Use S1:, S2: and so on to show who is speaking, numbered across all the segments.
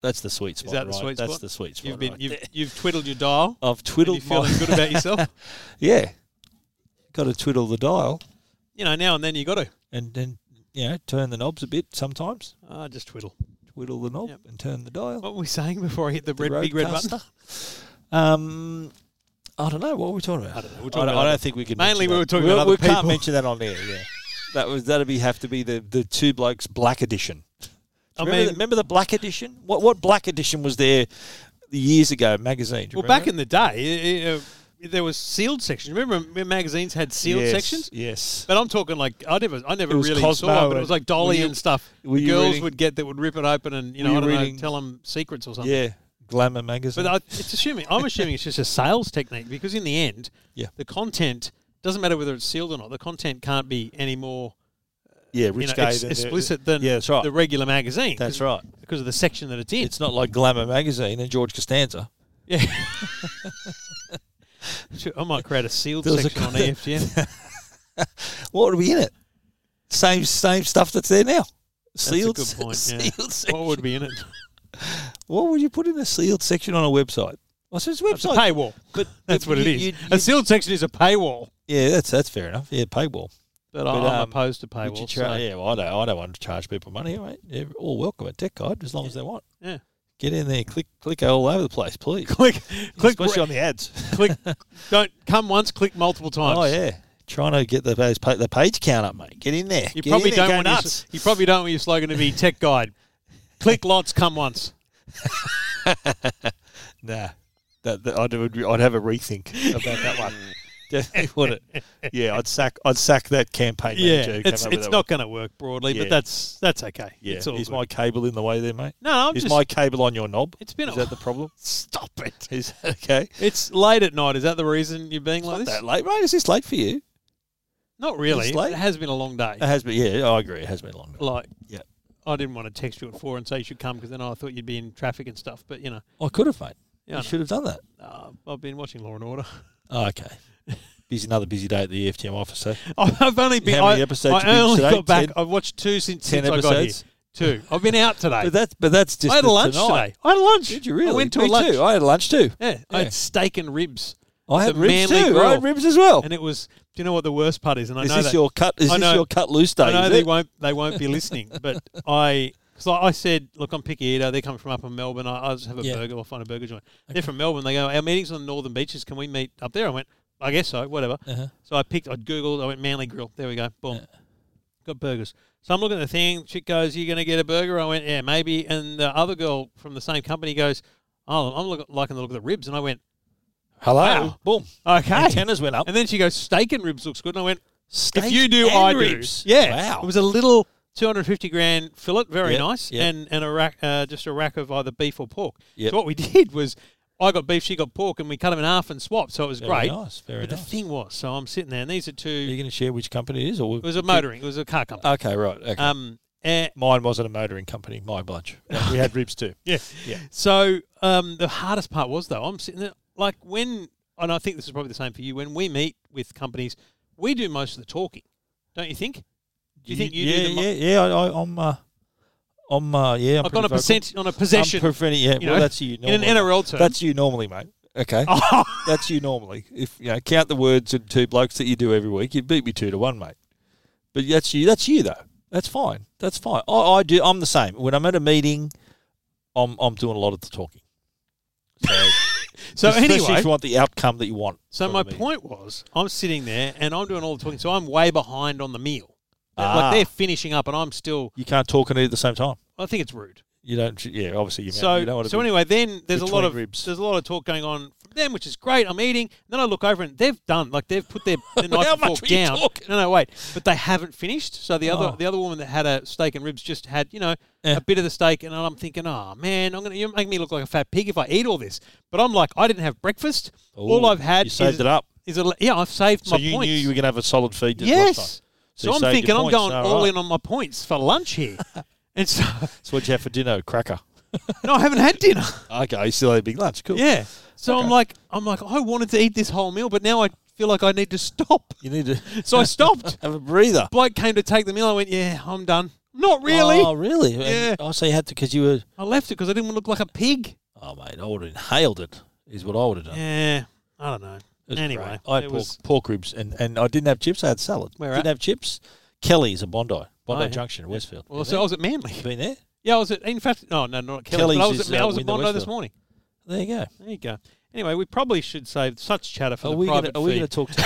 S1: That's the sweet spot.
S2: that the
S1: right?
S2: sweet
S1: That's
S2: spot?
S1: the sweet spot.
S2: You've been
S1: right
S2: you've,
S1: there.
S2: you've twiddled your dial.
S1: I've
S2: and you
S1: twiddled my.
S2: feeling good about yourself.
S1: yeah, got to twiddle the dial
S2: You know, now and then you got to
S1: and then you know turn the knobs a bit sometimes.
S2: ah just twiddle.
S1: Twiddle the knob
S2: Yep.
S1: and turn the dial.
S2: What were we saying before I hit the,
S1: The
S2: red, big red button?
S1: roadcaster. Um, I don't know what we're we talking about.
S2: I don't know. We're talking
S1: I don't,
S2: about
S1: I don't
S2: other-
S1: think we can.
S2: mainly
S1: mention that.
S2: we were talking
S1: we,
S2: about
S1: we
S2: other
S1: can't
S2: people.
S1: mention that on air. Yeah, that was that'd be have to be the the two blokes black edition.
S2: I
S1: remember, the,
S2: mean,
S1: remember the black edition? What what black edition was there years ago? Magazine. Do you
S2: well, back
S1: remember?
S2: in the day, i- i- uh, there was sealed sections. Remember, when magazines had sealed
S1: Yes,
S2: sections.
S1: Yes.
S2: But I'm talking like I never, I never
S1: It was
S2: really
S1: Cosmo
S2: saw it. But
S1: and-
S2: it was like
S1: were
S2: Dolly
S1: you-
S2: and stuff.
S1: were
S2: The
S1: you
S2: girls
S1: reading-
S2: would get that would rip it open and you
S1: Were
S2: know
S1: you
S2: I don't
S1: reading-
S2: know, tell them secrets or something.
S1: Yeah. Glamour magazine.
S2: But I, it's assuming I'm assuming it's just a sales technique because in the end,
S1: Yeah.
S2: the content doesn't matter whether it's sealed or not. The content can't be any more
S1: yeah,
S2: you
S1: Rich
S2: know,
S1: Gay
S2: ex-
S1: than the-
S2: explicit than
S1: Yeah, that's right.
S2: the regular magazine.
S1: That's
S2: 'cause-
S1: right.
S2: because of the section that it's in.
S1: It's not like Glamour magazine and George Costanza.
S2: yeah. Sure, I might create a sealed
S1: There was a
S2: section on
S1: con-
S2: E EFTM.
S1: What would be in it? Same same stuff that's there now. Sealed.
S2: good point, yeah.
S1: sealed section.
S2: what would be in it?
S1: What would you put in a sealed section on a website? Well, so it's
S2: It's a
S1: website,
S2: paywall.
S1: but
S2: That's
S1: but
S2: what it
S1: you-
S2: is.
S1: you-
S2: a
S1: you-
S2: sealed section is a paywall.
S1: yeah, that's that's fair enough. Yeah, paywall.
S2: But,
S1: But,
S2: I'm
S1: um,
S2: opposed to paywall.
S1: Would you
S2: so-
S1: try- yeah, well, I don't, I don't want to charge people money, all right? They're all welcome at Tech Guide as long as they want.
S2: Yeah.
S1: Get in there, click, click all over the place, please.
S2: Click, click,
S1: Especially on the ads.
S2: click. Don't come once. Click multiple times.
S1: Oh yeah, trying to get the page, pa- the page count up, mate. Get in there.
S2: You
S1: Get
S2: probably
S1: in there,
S2: don't
S1: go
S2: want your,
S1: nuts.
S2: s- you probably don't want your slogan to be tech guide. Click lots, come once.
S1: Nah, that, that I'd, would- I'd have a rethink about that one. Definitely would it? Yeah, I'd sack I'd sack that campaign manager. who came
S2: it's
S1: up with
S2: it's
S1: that
S2: not going to work broadly,
S1: Yeah.
S2: but that's that's okay.
S1: One. Yeah,
S2: it's all
S1: is
S2: good.
S1: my cable in the way there, mate?
S2: no, I'm
S1: is
S2: just
S1: my cable on your knob?
S2: It's been
S1: is
S2: a-
S1: that the problem?
S2: stop it.
S1: Is that okay?
S2: It's late at night. Is that the reason you're being like
S1: Not
S2: this?
S1: that late, mate. Is this late for you?
S2: Not really.
S1: It's late.
S2: It has been a long day.
S1: It has been. Yeah, I agree. It has been a long. Night.
S2: like,
S1: Yeah.
S2: I didn't want to text you at four and say you should come because then I thought you'd be in traffic and stuff. But you know,
S1: I could have, mate.
S2: yeah,
S1: you should have done that.
S2: uh, I've been watching Law and Order.
S1: Oh, okay. Busy, another busy day at the EFTM office. Eh?
S2: I've only been.
S1: How many
S2: I,
S1: episodes you
S2: I
S1: binged
S2: only
S1: today?
S2: got back.
S1: Ten?
S2: I've watched two since,
S1: Ten
S2: since I got here.
S1: episodes.
S2: Two. I've been out today.
S1: But that's but that's just.
S2: I had
S1: the
S2: a lunch
S1: tonight.
S2: today. I had a lunch.
S1: Did you really?
S2: I went to
S1: Me
S2: a lunch.
S1: Too. I had a lunch too.
S2: Yeah,
S1: Yeah.
S2: I had steak and ribs,
S1: I had
S2: The
S1: ribs
S2: Manly
S1: too. I
S2: Grill.
S1: had ribs as well.
S2: and it was. Do you know what the worst part is? And I
S1: is
S2: know
S1: this
S2: that,
S1: your cut? Is
S2: I
S1: this
S2: know-
S1: your cut loose day?
S2: I know
S1: Oh, is
S2: they
S1: it?
S2: won't. They won't be listening. But I, because I, I said, look, I'm picky eater. They're coming from up in Melbourne. I, I'll just have a
S1: Yeah.
S2: burger. I'll find a burger joint. They're from Melbourne. They go. Our meetings on the northern beaches. Can we meet up there? I went. I guess so. Whatever.
S1: Uh-huh.
S2: So I picked. I googled. I went Manly Grill. There we go. Boom.
S1: Yeah.
S2: Got burgers. So I'm looking at the thing. Chick goes, "You gonna get a burger?" I went, "Yeah, maybe." And the other girl from the same company goes, "Oh, I'm look, liking the look of the ribs." And I went,
S1: Hello.
S2: Wow.
S1: Boom.
S2: "Okay."
S1: Antennas went up.
S2: And then she goes, steak and ribs looks good. And I went,
S1: Steak
S2: if you do,
S1: and
S2: I
S1: ribs.
S2: do. Yeah.
S1: Wow.
S2: It was a little 250 grand fillet, very
S1: Yep,
S2: nice,
S1: yep.
S2: and, and a rack, uh, just a rack of either beef or pork.
S1: Yep.
S2: So what we did was I got beef, she got pork, and we cut them in half and swapped. So it was
S1: Very
S2: great.
S1: Nice. Very
S2: But the
S1: nice.
S2: thing was, so I'm sitting there, and these are
S1: Are
S2: two,
S1: you going to share which company it is, or
S2: it was a motoring, it was a car company.
S1: Okay, right. Oh, Okay.
S2: Um, and
S1: Mine wasn't a motoring company. My lunch. we had ribs too.
S2: Yeah.
S1: Yeah.
S2: So um, the hardest part was though, I'm sitting there like when, and I think this is probably the same for you. When we meet with companies, we do most of the talking, don't you think? Do you think you
S1: yeah,
S2: do the? Mo-
S1: yeah, yeah. I, I, I'm, uh, I'm, uh, yeah. I'm
S2: I've got
S1: pretty
S2: a
S1: vocal.
S2: percent on a possession
S1: I'm preventing, yeah,
S2: you
S1: well,
S2: know,
S1: that's you
S2: in an
S1: normally.
S2: NRL term.
S1: that's you normally, mate. Okay,
S2: oh,
S1: that's you normally. If you know, count the words and two blokes that you do every week, you beat me two to one, mate. But that's you. That's you though. That's fine. That's fine. I, I do. I'm the same. When I'm at a meeting, I'm I'm doing a lot of the talking. So,
S2: so
S1: especially if
S2: anyway,
S1: you want the outcome that you want.
S2: so
S1: from
S2: my
S1: the meeting.
S2: point was, I'm sitting there and I'm doing all the talking, so I'm way behind on the meal.
S1: Ah.
S2: Like they're finishing up, and I'm still.
S1: you can't talk and eat at the same time.
S2: I think it's rude.
S1: You don't. Yeah, obviously you.
S2: So,
S1: you don't want to
S2: so
S1: be-
S2: anyway, then there's a lot
S1: between
S2: of
S1: ribs.
S2: there's a lot of talk going on from them, which is great. I'm eating. Then I look over and they've done like they've put their, their knife
S1: How
S2: and
S1: much
S2: fork
S1: were you
S2: down.
S1: talking?
S2: No, no, wait. But they haven't finished. So the
S1: Oh. Eh.
S2: other the other woman that had a steak and ribs just had you know
S1: Yeah.
S2: a bit of the steak, and I'm thinking, oh man, I'm gonna you make me look like a fat pig if I eat all this. But I'm like, I didn't have breakfast. all
S1: Ooh,
S2: I've had
S1: You saved
S2: is,
S1: it up.
S2: is a yeah, I've saved
S1: So
S2: my
S1: you
S2: points.
S1: knew you were going to have a solid feed. this lunchtime.
S2: yes.
S1: you
S2: So, I'm
S1: saved your
S2: thinking I'm
S1: points.
S2: going
S1: No,
S2: all
S1: right.
S2: in on my points for lunch here, and so
S1: So what'd you have for dinner? Cracker.
S2: no, I haven't had dinner.
S1: Okay, you still had a big lunch. Cool.
S2: Yeah. So
S1: Okay.
S2: I'm like, I'm like, I wanted to eat this whole meal, but now I feel like I need to stop.
S1: You need to
S2: So I stopped.
S1: have a breather.
S2: Bloke came to take the meal. I went, yeah, I'm done. I'm Not really.
S1: Oh, really?
S2: Yeah.
S1: And, oh, so you had to because you were.
S2: I left it because I didn't want to look like a pig.
S1: Oh, mate, I would have inhaled it. Is what I would have done.
S2: Yeah, I don't know.
S1: It was
S2: anyway,
S1: great. I had
S2: it
S1: pork,
S2: was-
S1: pork ribs and, and I didn't have chips. I had salad.
S2: Where
S1: didn't
S2: at? Oh,
S1: have chips. Kelly's at Bondi, Bondi
S2: yeah.
S1: Junction, in Westfield.
S2: Well,
S1: You
S2: so I was at Manly.
S1: been there?
S2: Yeah, I was at. In fact, oh, no, no, not at Kelly's. but I
S1: Kelly's
S2: was
S1: is,
S2: at, I
S1: uh,
S2: was at
S1: Windsor
S2: Bondi this
S1: Westville.
S2: morning.
S1: There you go.
S2: There you go. Anyway, we probably should save such chatter for
S1: Are
S2: the
S1: we gonna,
S2: private
S1: are we
S2: feed.
S1: going to talk to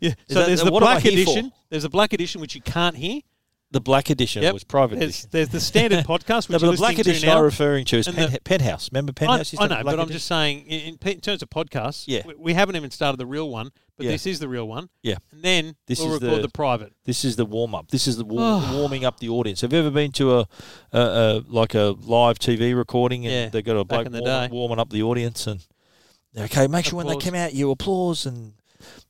S2: Yeah.
S1: Is
S2: So
S1: that-
S2: there's
S1: uh,
S2: the
S1: what am I
S2: black
S1: here for?
S2: edition. There's a black edition which you can't hear.
S1: the black edition?
S2: Yep.
S1: Was private
S2: There's,
S1: edition.
S2: there's the standard podcast
S1: No, but
S2: which you're
S1: the black
S2: listening
S1: edition
S2: to now.
S1: I'm referring to is
S2: and
S1: Pen-
S2: the-
S1: Penthouse. Remember
S2: I,
S1: Penthouse? used to
S2: I
S1: have a
S2: know,
S1: black
S2: but I'm
S1: edition?
S2: just saying in, in, pe- in terms of podcasts,
S1: Yeah.
S2: we, we haven't even started the real one, but
S1: Yeah.
S2: this is the real one.
S1: Yeah.
S2: And then
S1: This
S2: we'll
S1: is
S2: record the,
S1: the-
S2: private.
S1: This is the warm up. This is the war- warming up the audience. Have you ever been to a, a, a like a live TV recording and
S2: Yeah,
S1: they got a
S2: back
S1: bloke
S2: in the
S1: warm up-
S2: day.
S1: warming up the audience and okay, make sure when they
S2: Applause.
S1: come out you applause and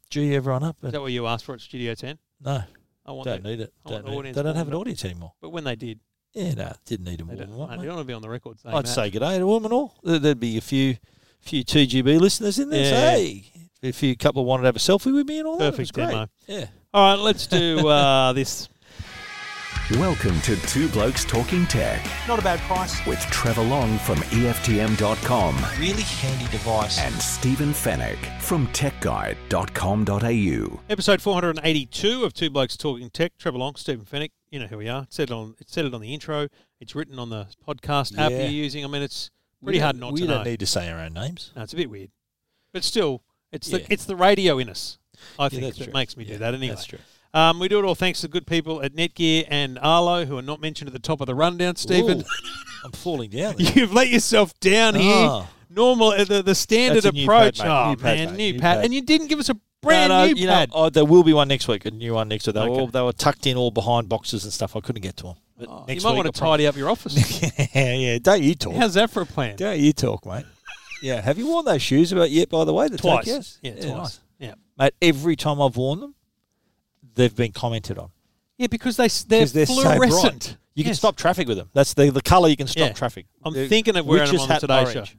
S1: gee everyone up.
S2: Is
S1: And,
S2: that what you asked for at Studio 10?
S1: no,
S2: I want
S1: don't
S2: that.
S1: need it.
S2: I
S1: Don't need
S2: want the
S1: it.
S2: audience
S1: They don't have an
S2: warmed
S1: audience anymore.
S2: But when they did,
S1: Yeah, no, didn't need a
S2: they don't,
S1: warm
S2: I
S1: up.
S2: don't want to be on the record saying
S1: I'd
S2: that.
S1: say good day to women all. There- There'd be a few, few two GB listeners in there.
S2: Yeah.
S1: So, hey, a few couple wanted to have a selfie with me and all
S2: Perfect
S1: that. It was
S2: demo.
S1: great. Yeah.
S2: All right, let's do uh, this.
S3: Welcome to Two Blokes Talking Tech
S4: Not a bad price.
S3: with Trevor Long from E EFTM.com
S1: Really handy device.
S3: and Stephen Fennec from TechGuide.com.au.
S2: Episode 482 of Two Blokes Talking Tech. Trevor Long, Stephen Fennick. You know who we are. It said it on, it said it on the intro. It's written on the podcast app
S1: Yeah.
S2: you're using. I mean, it's
S1: We
S2: pretty
S1: don't-
S2: hard not
S1: we
S2: to
S1: don't
S2: know.
S1: need to say our own names.
S2: No, it's a bit weird, but still, it's
S1: Yeah.
S2: the it's the radio in us. I think
S1: that's
S2: that
S1: true.
S2: makes me
S1: Yeah,
S2: do that anyway.
S1: that's true.
S2: Um, we do it all thanks to good people at Netgear and Arlo, who are not mentioned at the top of the rundown. Stephen,
S1: Ooh, I'm falling down. There.
S2: you've let yourself down here.
S1: Ah.
S2: Normal, uh, the, the standard
S1: That's a new
S2: approach.
S1: pad, mate.
S2: oh
S1: New pad,
S2: man,
S1: mate.
S2: new
S1: New
S2: pad.
S1: pad.
S2: and you didn't give us a brand
S1: No, no,
S2: new
S1: you know,
S2: pad.
S1: oh, there will be one next week, a new one next week. They, were,
S2: Okay.
S1: all, they were tucked in all behind boxes and stuff. I couldn't get to them. But
S2: Oh,
S1: next
S2: you might
S1: week
S2: want
S1: I'll
S2: to
S1: prob-
S2: tidy up your office.
S1: yeah, yeah. Don't you talk.
S2: How's that for a plan?
S1: don't you talk, mate. yeah. Have you worn those shoes about yet, by the way? The
S2: Twice.
S1: Takias?
S2: Yeah,
S1: Yeah,
S2: twice.
S1: nice.
S2: Yeah.
S1: Mate, every time I've worn them, they've been commented on.
S2: Yeah, because they, s- they're,
S1: 'Cause they're so bright.
S2: fluorescent.
S1: You can
S2: Yes.
S1: stop traffic with them. That's the, the colour you can stop
S2: Yeah.
S1: traffic.
S2: I'm
S1: They're-
S2: thinking of wearing them
S1: witch's
S2: on
S1: hat
S2: today's show.
S1: orange.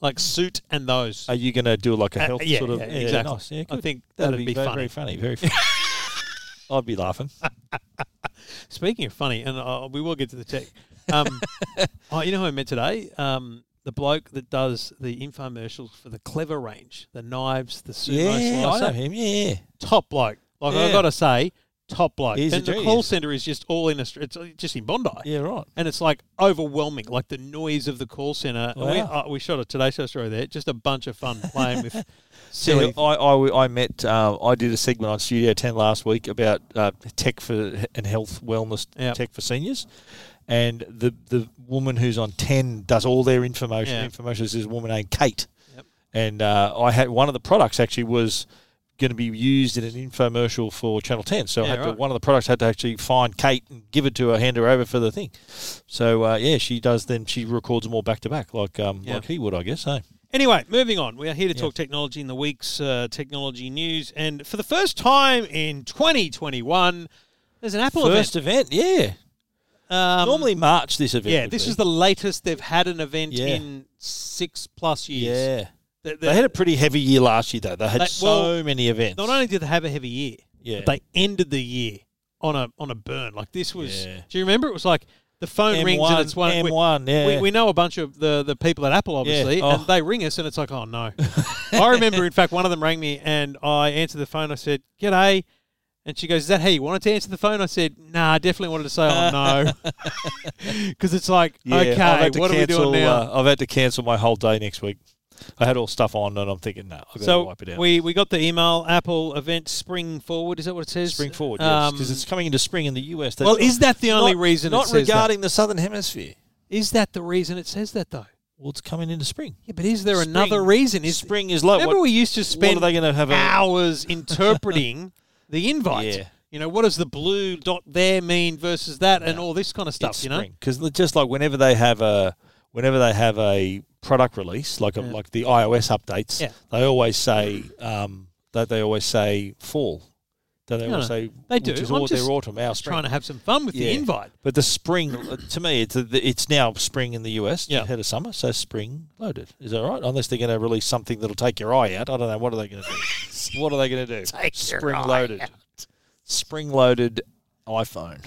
S2: Like suit and those.
S1: Are you going to do like a
S2: Uh,
S1: health
S2: yeah,
S1: sort of?
S2: yeah, exactly.
S1: nice. Yeah,
S2: I
S1: good.
S2: think
S1: that'd,
S2: that'd
S1: be,
S2: be
S1: very,
S2: funny.
S1: very funny. Very funny. I'd be laughing.
S2: Speaking of funny, and uh, we will get to the tech. Um, oh, you know who I met today? Um, the bloke that does the infomercials for the Clever range, the knives, the sumo
S1: yeah, I know
S2: slicer.
S1: him. Yeah,
S2: Top bloke. Like I've
S1: Yeah.
S2: got to say, top bloke.
S1: He's a
S2: and the
S1: genius.
S2: call center is just all in Australia. It's uh, just in Bondi.
S1: yeah, right.
S2: And it's like overwhelming, like the noise of the call center. And we,
S1: Wow.
S2: uh, we shot a Today Show story there. Just a bunch of fun playing with
S1: So
S2: silly.
S1: I, I, I met uh, I did a segment on Studio Ten last week about uh, tech for and health wellness
S2: Yep.
S1: tech for seniors, and the the woman who's on Ten does all their information.
S2: Yeah.
S1: Information is this woman named Kate,
S2: Yep.
S1: and uh, I had one of the products actually was going to be used in an infomercial for Channel Ten. So I
S2: Yeah,
S1: had to,
S2: right.
S1: one of the products had to actually find Kate and give it to her, hand her over for the thing. So uh, yeah, she does. Then she records them all back to back, like um,
S2: Yeah.
S1: like he would, I guess. Hey,
S2: Anyway, moving on. We are here to talk technology in the week's uh, technology news. And for the first time in 2021, there's an Apple
S1: first event, yeah.
S2: event. Um,
S1: Normally March this event.
S2: yeah,
S1: would
S2: this
S1: be.
S2: is the latest they've had an event
S1: Yeah.
S2: in six plus years.
S1: Yeah.
S2: They,
S1: They had a pretty heavy year last year, though. They had
S2: They-
S1: so
S2: well,
S1: many events.
S2: not only did they have a heavy year,
S1: yeah,
S2: but they ended the year on a on a burn. Like this was.
S1: Yeah.
S2: Do you remember? It was like the phone
S1: M1,
S2: rings and it's one. we-
S1: M1, yeah.
S2: we, we know a bunch of the, the people at Apple, obviously,
S1: oh.
S2: and they ring us, and it's like, oh no. I remember, in fact, one of them rang me, and I answered the phone. I said, "G'day," and she goes, "Is that how you wanted to answer the phone?" I said, "Nah, I definitely wanted to say, oh no," because it's like,
S1: Yeah, I've
S2: okay,
S1: had to
S2: what are we
S1: cancel,
S2: doing now?
S1: uh, I've had to cancel my whole day next week. I had all stuff on, and I'm thinking, no, I've got to
S2: so
S1: wipe it out.
S2: we, we got the email Apple event spring forward. Is that what it says?
S1: spring forward, yes,
S2: Um,
S1: because it's coming into spring in the US. That's
S2: well,
S1: not-
S2: is that the only
S1: not-
S2: reason?
S1: Not
S2: it says that?
S1: regarding the southern hemisphere.
S2: Is that the reason it says that though?
S1: Well, it's coming into spring.
S2: Yeah, but is there
S1: Spring-
S2: another reason? Is
S1: spring is like
S2: remember
S1: what?
S2: we used to
S1: what
S2: spend
S1: are they going to have? A,
S2: hours interpreting the invite.
S1: Yeah.
S2: You know, what does the blue dot there mean versus that and all this kind of stuff,
S1: it's
S2: you know?
S1: spring. Because just like whenever they have a whenever they have a product release, like a, like the iOS updates,
S2: Yeah.
S1: they always say um, that they always say fall. Don't they
S2: No,
S1: always
S2: no,
S1: say
S2: they
S1: which
S2: do.
S1: Is
S2: I'm
S1: all their
S2: just-
S1: autumn, our
S2: Just
S1: spring.
S2: trying to have some fun with the
S1: Yeah.
S2: invite.
S1: but the spring, uh, to me, it's it's now spring in the US
S2: Yeah.
S1: ahead of summer, so spring loaded. Is that right? Unless they're going to release something that'll take your eye out. I don't know. What are they going to do? what are they going to do?
S2: Take your
S1: spring
S2: eye
S1: loaded. Spring loaded iPhone.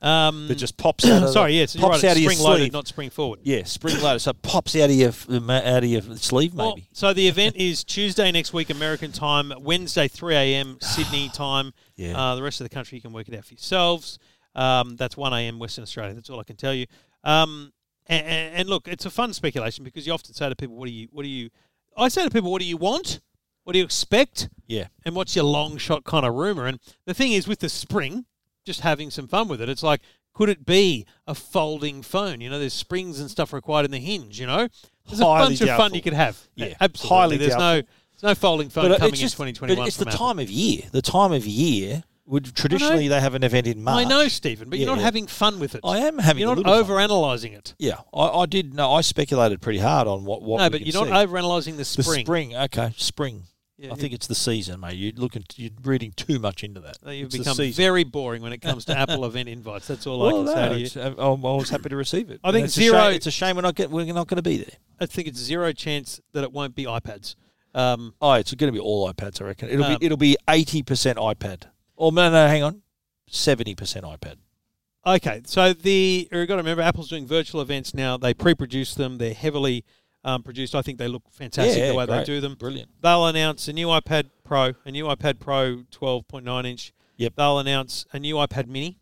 S2: Um,
S1: That just pops out. Of
S2: sorry,
S1: the,
S2: yes, yeah, so you're
S1: pops
S2: right.
S1: out
S2: it's
S1: of your
S2: spring loaded,
S1: sleeve.
S2: not spring forward.
S1: yeah, spring loaded. So it pops out of your f- ma- out of your sleeve, maybe.
S2: Well, so the event is Tuesday next week, American time, Wednesday, 3 a.m. Sydney time.
S1: Yeah.
S2: Uh, the rest of the country, you can work it out for yourselves. Um, that's 1 a.m. Western Australia. That's all I can tell you. Um, and, and look, it's a fun speculation because you often say to people, what do you, what do you, I say to people, what do you want? What do you expect?
S1: yeah,
S2: and what's your long shot kind of rumor? And the thing is, with the spring, just having some fun with it. It's like, could it be a folding phone? You know, there's springs and stuff required in the hinge. You know, there's a
S1: Highly
S2: bunch of fun
S1: doubtful.
S2: you could have.
S1: Yeah,
S2: absolutely.
S1: highly
S2: there's no there's no folding phone
S1: But
S2: coming
S1: it's
S2: in
S1: just-
S2: 2021.
S1: But it's
S2: from
S1: the
S2: Apple.
S1: time of year. The time of year would traditionally they have an event in March.
S2: I know, Stephen, but you're
S1: Yeah,
S2: not
S1: yeah.
S2: having fun with it.
S1: I am having
S2: You're
S1: a
S2: not
S1: little fun.
S2: overanalyzing it.
S1: Yeah, I, I did. No, I speculated pretty hard on what what.
S2: No,
S1: we
S2: but
S1: could
S2: you're
S1: see.
S2: not overanalyzing
S1: the
S2: the spring.
S1: spring. Okay, spring.
S2: Yeah,
S1: I think it's the season, mate. You're looking. You're reading too much into that.
S2: Uh, You've
S1: It's the
S2: become
S1: season.
S2: very boring when it comes to Apple event invites. That's all I
S1: Well,
S2: can say to you.
S1: no, it's- I, I'm- I was happy to receive it.
S2: I think
S1: it's A
S2: zero-
S1: shame, it's a shame we're not get, we're not going to be there.
S2: I think it's zero chance that it won't be iPads. Um,
S1: Oh, it's going to be all iPads. I reckon it'll
S2: Um,
S1: be it'll be eighty percent iPad. Oh no, no, hang on, seventy percent iPad.
S2: okay, so the you've got to remember Apple's doing virtual events now. They pre-produce them. They're heavily um, produced. I think they look fantastic
S1: Yeah,
S2: the way they
S1: great.
S2: do them.
S1: Brilliant.
S2: They'll announce a new iPad Pro, a new iPad Pro 12.9 inch.
S1: Yep.
S2: They'll announce a new iPad Mini.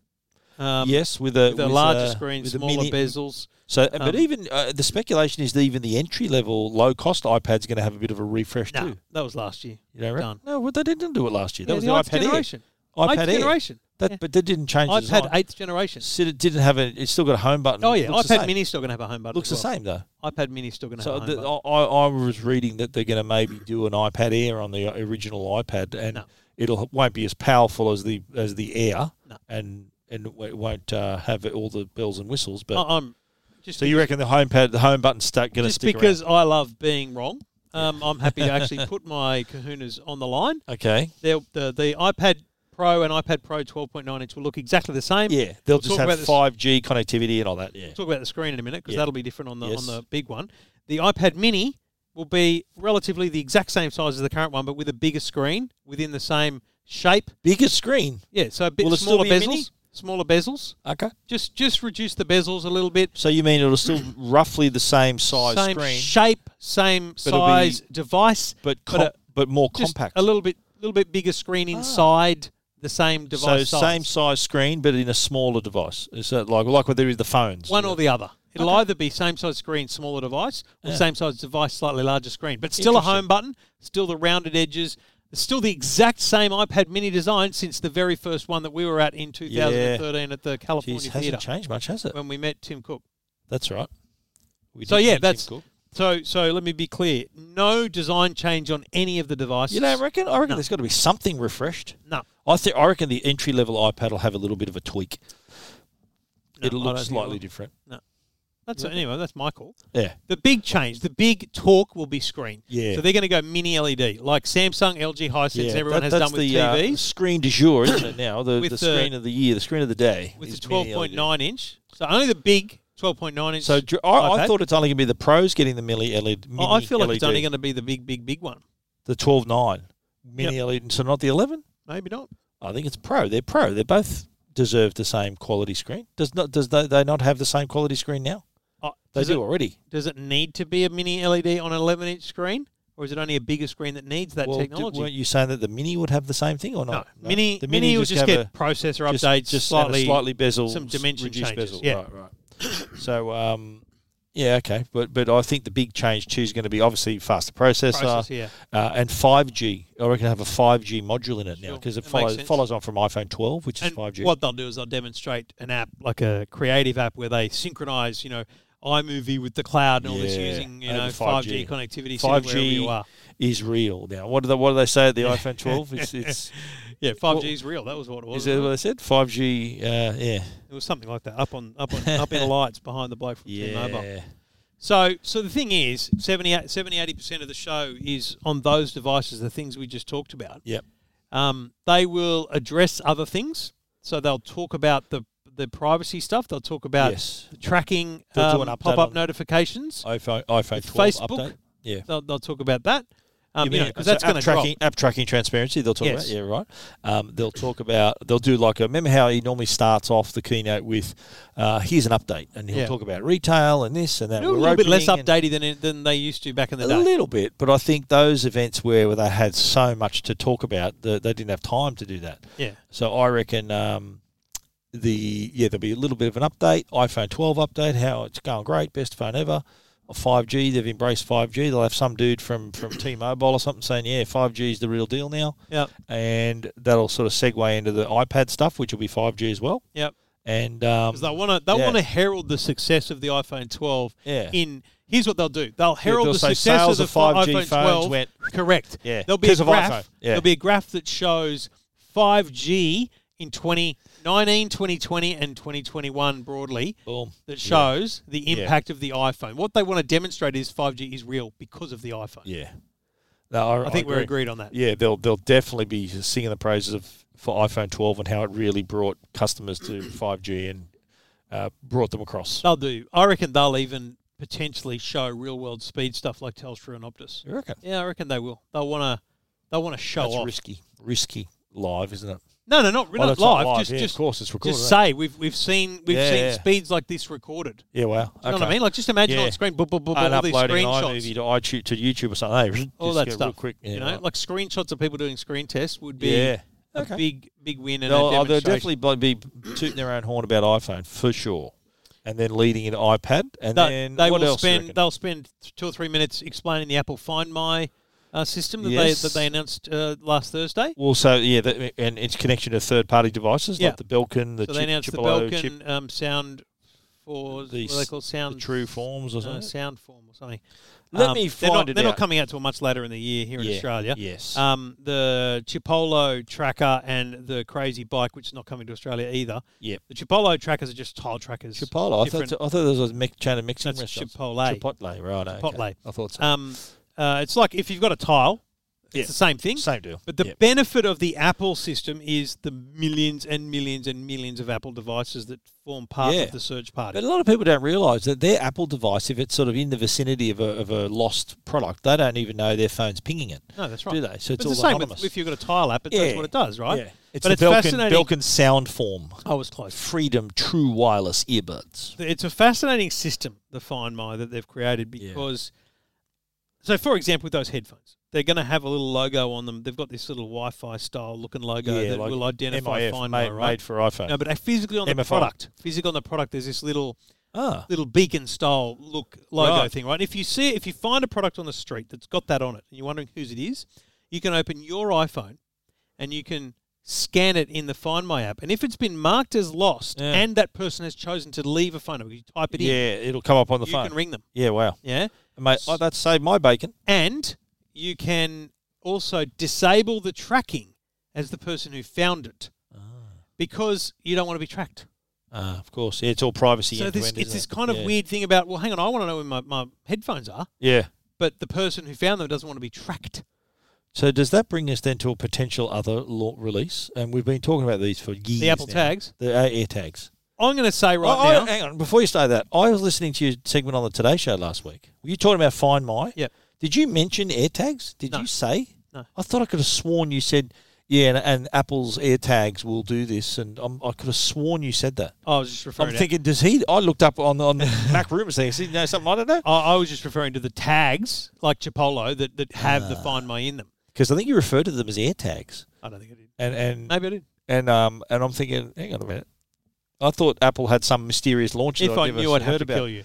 S2: Um,
S1: yes, with a
S2: with a
S1: with
S2: larger
S1: a-
S2: screen,
S1: with a
S2: smaller
S1: mini-
S2: bezels.
S1: So, but
S2: Um,
S1: even uh, the speculation is that even the entry level, low cost iPad's going to have a bit of a refresh
S2: No,
S1: too.
S2: that was last year.
S1: You know,
S2: Done.
S1: right? No, well, they didn't do it last year. That
S2: Yeah,
S1: was
S2: the
S1: the,
S2: eighth
S1: iPad
S2: generation.
S1: Air. iPad
S2: eighth
S1: Air.
S2: generation.
S1: That,
S2: Yeah.
S1: but they didn't change the
S2: iPad
S1: design.
S2: eighth generation.
S1: So it didn't have a. It's still got a home button.
S2: Oh yeah,
S1: Looks the
S2: iPad
S1: same.
S2: Mini's still going to have a home button.
S1: looks
S2: as
S1: the
S2: well.
S1: same though.
S2: iPad Mini's still going to
S1: So
S2: have a home
S1: the,
S2: button.
S1: I, I was reading that they're going to maybe do an iPad Air on the original iPad, and
S2: No.
S1: it'll won't be as powerful as the as the Air,
S2: No.
S1: and and it won't uh, have all the bells and whistles. But
S2: I- I'm just
S1: so you reckon the home pad, the home button's stuck going to
S2: Oh. just
S1: stick
S2: because I love being wrong. Um, I'm happy to actually put my kahunas on the line.
S1: around? Okay.
S2: They'll, the the iPad Pro and iPad Pro 12.9 inch will look exactly the same.
S1: Yeah, they'll
S2: talk
S1: just
S2: about
S1: have
S2: this-
S1: five G connectivity and all that. Yeah.
S2: We'll talk about the screen in a minute because
S1: Yeah.
S2: that'll be different on the
S1: Yes.
S2: on the big one. The iPad Mini will be relatively the exact same size as the current one, but with a bigger screen within the same shape.
S1: Bigger screen.
S2: Yeah, so a bit
S1: Will it still
S2: smaller
S1: be a Mini?
S2: bezels. Smaller bezels.
S1: Okay.
S2: Just just reduce the bezels a little bit.
S1: So you mean it'll still roughly the same size
S2: same
S1: screen,
S2: shape, same
S1: it'll be-
S2: size device,
S1: but
S2: but
S1: com-
S2: a-
S1: but more
S2: just
S1: compact. Ah.
S2: a little bit, little bit bigger screen inside the same
S1: so
S2: device.
S1: same
S2: size.
S1: size screen, but in a smaller device. Is that like like what there is the phones?
S2: one or the other. It'll either be same size screen, smaller device, or same size device, slightly larger screen, but still a home button, still the rounded edges, still the exact same iPad Mini design since the very first one that we were at in 2013 at the California
S1: Jeez,
S2: Theatre
S1: hasn't changed much, has it?
S2: when we met Tim Cook.
S1: That's right. We
S2: So
S1: did
S2: yeah,
S1: meet Tim
S2: that's
S1: Cook.
S2: so. So let me be clear: no design change on any of the devices.
S1: you don't reckon? I reckon there's got to be something refreshed.
S2: no.
S1: I think I reckon the entry level iPad will have a little bit of a tweak.
S2: No,
S1: It'll
S2: I
S1: look
S2: don't think it
S1: slightly
S2: will.
S1: different.
S2: That's anyway. That's my call.
S1: Yeah.
S2: The big change, the big talk will be screen.
S1: Yeah.
S2: So they're going to go mini LED, like Samsung, LG, Hisense,
S1: yeah,
S2: everyone
S1: that-
S2: has
S1: that's
S2: done with
S1: the, uh,
S2: TVs.
S1: screen du jour, isn't it? Now the,
S2: With
S1: the
S2: the-
S1: screen of the year, the screen of the day,
S2: with the
S1: is
S2: twelve
S1: mini E
S2: point
S1: LED.
S2: nine inch. So only the big twelve point nine inch.
S1: So dr- I,
S2: iPad.
S1: I thought it's only going to be the pros getting the mini E LED.
S2: I- I feel like it's
S1: LED,
S2: only going to be the big, big, big one.
S1: the twelve nine mini LED, so not the eleven.
S2: Maybe not.
S1: I think it's pro. They're pro. They both deserve the same quality screen. Does not does they, they not have the same quality screen now?
S2: Uh,
S1: They
S2: does
S1: do
S2: It,
S1: already.
S2: does it need to be a mini LED on an eleven inch screen, or is it only a bigger screen that needs that
S1: well, d-
S2: technology?
S1: weren't you saying that the mini would have the same thing or
S2: no.
S1: not? No.
S2: mini,
S1: The
S2: mini, will just,
S1: have
S2: get processor
S1: a, just,
S2: updates,
S1: just and a
S2: slightly,
S1: slightly bezel,
S2: some
S1: s-
S2: dimension
S1: reduced
S2: changes,
S1: bezel.
S2: yeah.
S1: Right, right. So, um, yeah, okay, but but I think the big change too is going to be obviously faster processor,
S2: processor. Yeah,
S1: uh, and five G. I reckon have a five G module in it now
S2: Sure.
S1: because
S2: That
S1: it
S2: makes
S1: follows
S2: sense.
S1: follows on from iPhone 12, which is
S2: and
S1: five G.
S2: what they'll do is they'll demonstrate an app like a creative app where they synchronize, you know, iMovie with the cloud and all this
S1: Yeah,
S2: using you
S1: over
S2: know
S1: 5G.
S2: G connectivity. sitting
S1: Five
S2: wherever you
S1: G
S2: are.
S1: is real now. What do they what do they say at the iPhone 12? It's, it's
S2: Yeah, five G is real. That was what it was.
S1: is that
S2: wasn't
S1: what
S2: it?
S1: they said? Five G. Uh, yeah.
S2: It was something like that. Up on up on up in the lights behind the bloke from T-Mobile.
S1: Yeah.
S2: So so the thing is, 70 70 80% of the show is on those devices, the things we just talked about.
S1: Yep.
S2: Um, they will address other things. So they'll talk about the the privacy stuff. They'll talk about
S1: Yes.
S2: the tracking
S1: They'll do
S2: um,
S1: an update
S2: pop up
S1: on-
S2: notifications.
S1: iPhone iPhone
S2: With
S1: 12
S2: Facebook?
S1: update. Yeah.
S2: They'll, they'll talk about that. Um, you know,
S1: mean-
S2: 'cause
S1: so
S2: that's
S1: app
S2: going to drop.
S1: tracking, app tracking transparency. They'll talk
S2: Yes.
S1: about yeah, right. Um, they'll talk about they'll do like a, remember how he normally starts off the keynote with uh, here's an update, and he'll
S2: Yeah.
S1: talk about retail and this and that.
S2: A little,
S1: We're
S2: little bit less
S1: opening and-
S2: updated than than they used to back in the
S1: a
S2: day.
S1: little bit, but I think those events where, where they had so much to talk about, that they didn't have time to do that.
S2: Yeah.
S1: So I reckon um, the yeah there'll be a little bit of an update. iPhone 12 update, how it's going great, best phone ever. 5G, they've embraced 5G. They'll have some dude from from T-Mobile or something saying, yeah, 5G is the real deal now,
S2: Yep.
S1: and that'll sort of segue into the iPad stuff, which will be 5G as well.
S2: Yep.
S1: And um,
S2: Because they want to they
S1: yeah.
S2: want to herald the success of the iPhone 12
S1: Yeah.
S2: in here's what they'll do. They'll herald
S1: they'll
S2: the
S1: say
S2: success
S1: sales
S2: of the
S1: of 5G
S2: iPhone
S1: phones
S2: 12.
S1: went-
S2: Correct.
S1: Yeah,
S2: There'll be a
S1: 'cause of
S2: graph.
S1: iPhone. Yeah.
S2: There'll be a graph that shows 5G in 2019, 2020 and 2021 broadly
S1: boom.
S2: that shows the impact of the iPhone. What they want to demonstrate is 5G is real because of the iPhone.
S1: Yeah. No, I,
S2: I think we're
S1: agree.
S2: agreed on that.
S1: yeah, they'll they'll definitely be singing the praises of for iPhone 12 and how it really brought customers to 5G and uh, brought them across.
S2: They'll do. I reckon they'll even potentially show real world speed stuff like Telstra and Optus.
S1: You reckon?
S2: Yeah, I reckon they will. They'll want to. They want to show
S1: That's
S2: off.
S1: risky, risky live, isn't it?
S2: No, no, not,
S1: Oh,
S2: not
S1: that's not
S2: live.
S1: live,
S2: Just,
S1: yeah, of
S2: just,
S1: course it's recorded,
S2: Just
S1: eh?
S2: say we've we've seen we've
S1: Yeah,
S2: seen
S1: yeah.
S2: speeds like this recorded.
S1: Yeah, wow.
S2: You know what I mean? Like just imagine
S1: Yeah.
S2: on screen, boop, boop, boop,
S1: And
S2: all these
S1: uploading an
S2: screenshots,
S1: iMovie to iTunes to YouTube or something. Hey,
S2: all
S1: just
S2: that
S1: go
S2: stuff.
S1: Real quick,
S2: you
S1: yeah,
S2: know,
S1: right.
S2: like screenshots of people doing screen tests would be
S1: Yeah.
S2: a
S1: Okay.
S2: big big win. And
S1: They'll,
S2: a
S1: oh, they'll
S2: demonstration.
S1: definitely be be tooting their own horn about iPhone for sure, and then leading into iPad, and
S2: They-
S1: then
S2: they
S1: what
S2: will
S1: else you
S2: spend
S1: reckon?
S2: they'll spend two or three minutes explaining the Apple Find My uh, system that
S1: Yes.
S2: they that they announced uh, last Thursday.
S1: Well, so yeah, that, and its connection to third-party devices
S2: Yeah.
S1: like the Belkin, the
S2: so
S1: chip,
S2: they announced the
S1: Chipolo chip,
S2: Belkin um, sound for
S1: The
S2: what are they
S1: s-
S2: call sound
S1: the true forms or
S2: uh,
S1: something.
S2: sound form or something. Um,
S1: Let me
S2: they're not,
S1: find it
S2: They're not
S1: out.
S2: coming out till much later in the year here in Australia.
S1: Yes.
S2: Um, the Chipolo tracker and the Crazy Bike, which is not coming to Australia either.
S1: yep.
S2: The Chipolo trackers are just tile trackers.
S1: Chipotle. I
S2: Different-
S1: thought, I thought there was a mix, chain of mixing
S2: That's
S1: restaurants.
S2: Chipotle.
S1: Chipotle, right. okay.
S2: Chipotle.
S1: I thought so.
S2: Um, uh, it's like if you've got a tile,
S1: Yeah.
S2: it's the same thing.
S1: Same deal.
S2: But the
S1: Yep.
S2: benefit of the Apple system is the millions and millions and millions of Apple devices that form part
S1: Yeah.
S2: of the search party.
S1: But a lot of people don't realise that their Apple device, if it's sort of in the vicinity of a, of a lost product, they don't even know their phone's pinging it.
S2: no, that's right.
S1: Do they? So it's
S2: But
S1: all
S2: the same
S1: anonymous.
S2: with, if you've got a tile app, it does
S1: Yeah.
S2: what it does, right?
S1: Yeah. It's
S2: but
S1: the
S2: it's
S1: Belkin,
S2: fascinating.
S1: Belkin sound form.
S2: I was close.
S1: Freedom True Wireless Earbuds.
S2: It's a fascinating system, the Find My that they've created
S1: Yeah.
S2: because. So, for example, with those headphones, they're going to have a little logo on them. They've got this little Wi-Fi style looking logo that will identify
S1: MIF,
S2: Find
S1: made,
S2: My, right?
S1: made for iPhone.
S2: no, but physically on the
S1: MFI.
S2: product, physically on the product, there's this little
S1: ah,
S2: little beacon style look logo
S1: Right.
S2: thing, right? And if you see, if you find a product on the street that's got that on it, and you're wondering whose it is, you can open your iPhone, and you can scan it in the Find My app. And if it's been marked as lost,
S1: Yeah.
S2: and that person has chosen to leave a phone number, you type it in,
S1: yeah, it'll come up on the
S2: you
S1: phone.
S2: can ring them.
S1: yeah, wow.
S2: Yeah,
S1: Mate, oh, that saved my bacon.
S2: and you can also disable the tracking as the person who found it, because you don't want to be tracked.
S1: Ah, of course. Yeah, it's all privacy.
S2: so this,
S1: end-to-end,
S2: it's
S1: isn't
S2: this
S1: it?
S2: kind of
S1: Yeah.
S2: weird thing about well, hang on, I want to know where my, my headphones are,
S1: Yeah.
S2: but the person who found them doesn't want to be tracked.
S1: So does that bring us then to a potential other law release? And we've been talking about these for years.
S2: The Apple
S1: now.
S2: tags.
S1: The uh, air tags.
S2: I'm going to say right
S1: I- I-
S2: now.
S1: Oh, hang on, before you say that, I was listening to your segment on the Today Show last week. Were you talking about Find My?
S2: Yep.
S1: Did you mention air tags? Did
S2: No.
S1: you say?
S2: No.
S1: I thought I could have sworn you said, yeah, and, and Apple's air tags will do this. And i I could have sworn you said that.
S2: I was just referring.
S1: I'm
S2: to-
S1: thinking, does he? I looked up on, on the Mac Rumors thing. Is he know something I don't know?
S2: I, I was just referring to the tags like Chipolo that, that have
S1: Ah.
S2: the Find My in them.
S1: Because I think you referred to them as air tags.
S2: I don't think I did.
S1: And, and
S2: Maybe I did.
S1: and um and I'm thinking, hang on a minute. I thought Apple had some mysterious launch.
S2: If
S1: that
S2: I
S1: never
S2: knew, I'd have
S1: heard about.
S2: to kill you.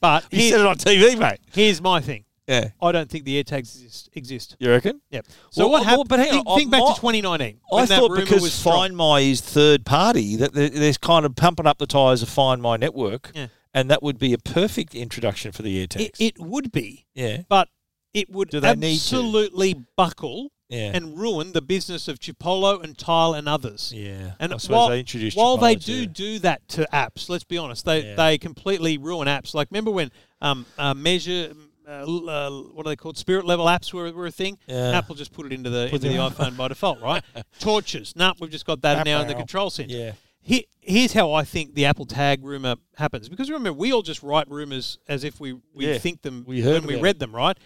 S2: but
S1: You
S2: here-
S1: said it on TV, mate.
S2: here's my thing.
S1: Yeah,
S2: I don't think the air tags exist. exist.
S1: you reckon?
S2: Yep. So
S1: Well, uh,
S2: what
S1: well,
S2: happened?
S1: but hang on,
S2: think, think
S1: I-
S2: back
S1: my-
S2: to 2019.
S1: I
S2: when that
S1: thought
S2: rumor
S1: because
S2: was strong.
S1: Find My is third party that they're, they're kind of pumping up the tires of Find My network,
S2: Yeah.
S1: and that would be a perfect introduction for the AirTags.
S2: it, it would be,
S1: yeah,
S2: but it would
S1: Do they need to?
S2: absolutely buckle
S1: yeah,
S2: and ruin the business of Chipolo and Tile and others.
S1: yeah.
S2: And
S1: I suppose
S2: while,
S1: they introduced
S2: while they
S1: Chipotle
S2: do
S1: too.
S2: do that to apps, let's be honest, they
S1: Yeah.
S2: they completely ruin apps. Like remember when um, uh, measure. Uh, l- uh, what are they called? Spirit level apps were, were a thing.
S1: Yeah.
S2: Apple just put it into the, into
S1: it
S2: the
S1: in.
S2: iPhone by default, right? Torches. Nah, we've just got that now in the
S1: Apple.
S2: control center.
S1: Yeah.
S2: He- here's how I think the Apple tag rumor happens. Because remember, we all just write rumors as if we, we
S1: Yeah.
S2: think them
S1: We heard
S2: when we
S1: about
S2: read them, right?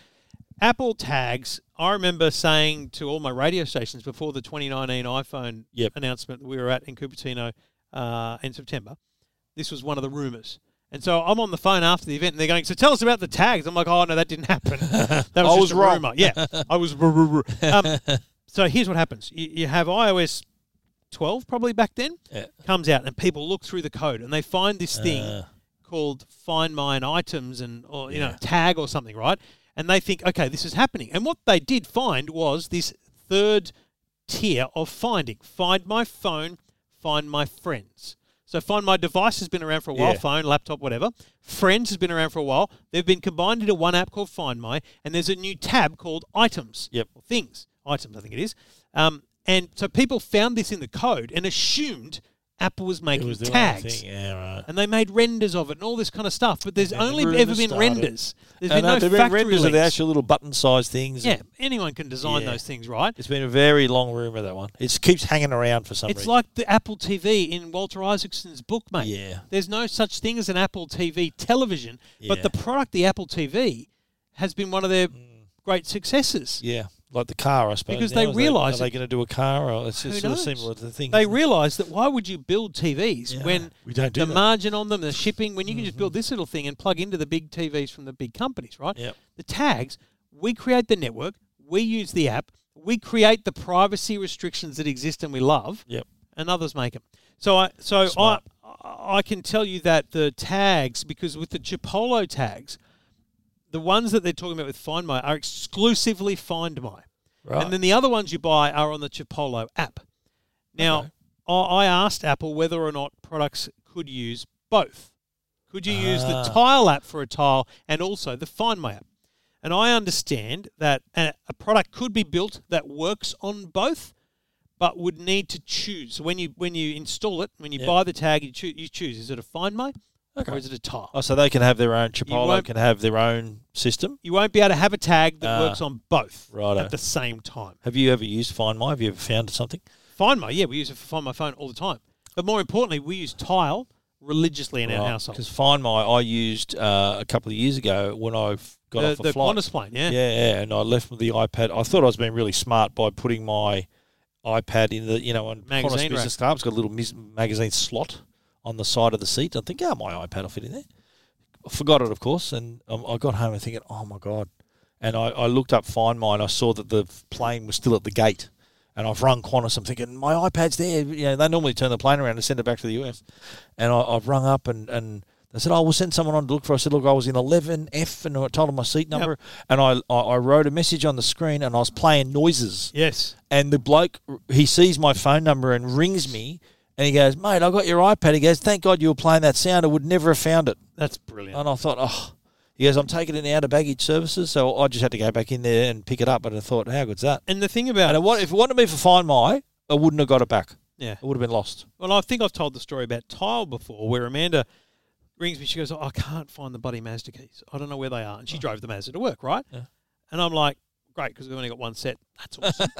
S2: Apple tags, I remember saying to all my radio stations before the 2019 iPhone
S1: Yep.
S2: announcement that we were at in Cupertino uh, in September, this was one of the rumors. And so I'm on the phone after the event, and they're going, "So tell us about the tags." I'm like, "Oh no, that didn't happen. That was,
S1: I
S2: just
S1: was
S2: a
S1: wrong."
S2: rumor. Yeah, I was." ru- ru- ru. Um, so here's what happens: you, you have iOS 12 probably back then
S1: Yeah.
S2: comes out, and people look through the code and they find this thing
S1: Ah.
S2: called find mine items and or you know tag or something right and they think okay this is happening and what they did find was this third tier of finding find my phone find my friends so find my device has been around for a while
S1: Yeah.
S2: phone laptop whatever friends has been around for a while they've been combined into one app called find my and there's a new tab called items
S1: Yep.
S2: or things items i think it is um, and so people found this in the code and assumed apple was
S1: It
S2: making
S1: was the only
S2: tags
S1: thing. Yeah, right.
S2: and they made renders of it and all this kind of stuff. But there's
S1: Yeah,
S2: only
S1: the rumor
S2: ever been
S1: started.
S2: renders.
S1: And
S2: There's
S1: uh,
S2: been no
S1: they've been
S2: factory
S1: renders of the
S2: links.
S1: actual little button-sized things.
S2: yeah, anyone can design
S1: Yeah.
S2: those things, right?
S1: It's been a very long rumor that one. It keeps hanging around for some
S2: It's
S1: reason.
S2: like the Apple TV in Walter Isaacson's book, mate.
S1: Yeah.
S2: There's no such thing as an Apple TV television, but
S1: Yeah. Mm.
S2: the product, the Apple TV, has been one of their great successes.
S1: yeah, like the car, I suppose.
S2: Because
S1: now,
S2: they
S1: is
S2: realise
S1: are
S2: it-
S1: they going to do a car or it's
S2: Who
S1: just sort of
S2: knows?
S1: similar to the thing.
S2: They
S1: isn't it?
S2: realised that why would you build TVs
S1: Yeah.
S2: when
S1: We don't do
S2: the
S1: that. Mm-hmm.
S2: margin on them, the shipping, when you can just build this little thing and plug into the big TVs from the big companies, right?
S1: Yep.
S2: The tags, we create the network, we use the app, we create the privacy restrictions that exist and we love,
S1: Yep.
S2: and others make them. So I, so I,
S1: Smart.
S2: I can tell you that the tags, because with the Chipotle tags, the ones that they're talking about with Find My are exclusively Find My.
S1: Right.
S2: And then the other ones you buy are on the Chipolo app. Now, I I asked Apple whether or not products could use both. Could you use the
S1: Ah.
S2: Tile app for a tile and also the Find My app? And I understand that a, a product could be built that works on both, but would need to choose. So when you when you install it, when you
S1: Yeah.
S2: buy the tag, you, choo- you choose. Is it a Find My
S1: Okay.
S2: or is it a Tile?
S1: oh, so they can have their own. Chipotle
S2: won't-
S1: can have their own system.
S2: You won't be able to have a tag that
S1: Ah.
S2: works on both
S1: Righto.
S2: at the same time.
S1: Have you ever used Find My? Have you ever found something?
S2: Find My, yeah, we use it for Find My phone all the time. But more importantly, we use Tile religiously in our household.
S1: Because Find My, I used uh, a couple of years ago when I f- got
S2: the
S1: off a
S2: the
S1: flight.
S2: Qantas plane, yeah.
S1: Yeah, yeah, and I left with the iPad. I thought I was being really smart by putting my iPad in the you know on
S2: Magazine
S1: Qantas
S2: rack.
S1: Business Club. It's got a little mis- magazine slot on the side of the seat. I think, oh, my iPad will fit in there. I forgot it, of course, and um, I got home and thinking, oh my god. And I, I looked up Find My and I saw that the plane was still at the gate. And I've rung Qantas. I'm thinking my iPad's there. You know, they normally turn the plane around and send it back to the US. And I, I've rung up and, and they said, "Oh, we'll send someone on to look for." Us. I said, "Look, I was in 11F and I told them my seat number." And I, I I wrote a message on the screen and I was playing noises.
S2: Yes.
S1: And the bloke he sees my phone number and rings me. And he goes, "Mate, I got your iPad." He goes, "Thank God you were playing that sound. I would never have found it."
S2: That's brilliant.
S1: And I thought, oh, he goes, I'm taking it now to baggage services. So I just had to go back in there and pick it up. And I thought, how good's that?
S2: And the thing about
S1: And
S2: it,
S1: it, wa- if it wanted me for Find My, I wouldn't have got it back.
S2: yeah.
S1: It would have been lost.
S2: Well, I think I've told the story about Tile before where Amanda rings me. She goes, oh, I can't find the bloody Mazda keys. I don't know where they are. And she drove the Mazda to work, right?
S1: Oh. Yeah.
S2: And I'm like, great, because we've only got one set. That's awesome.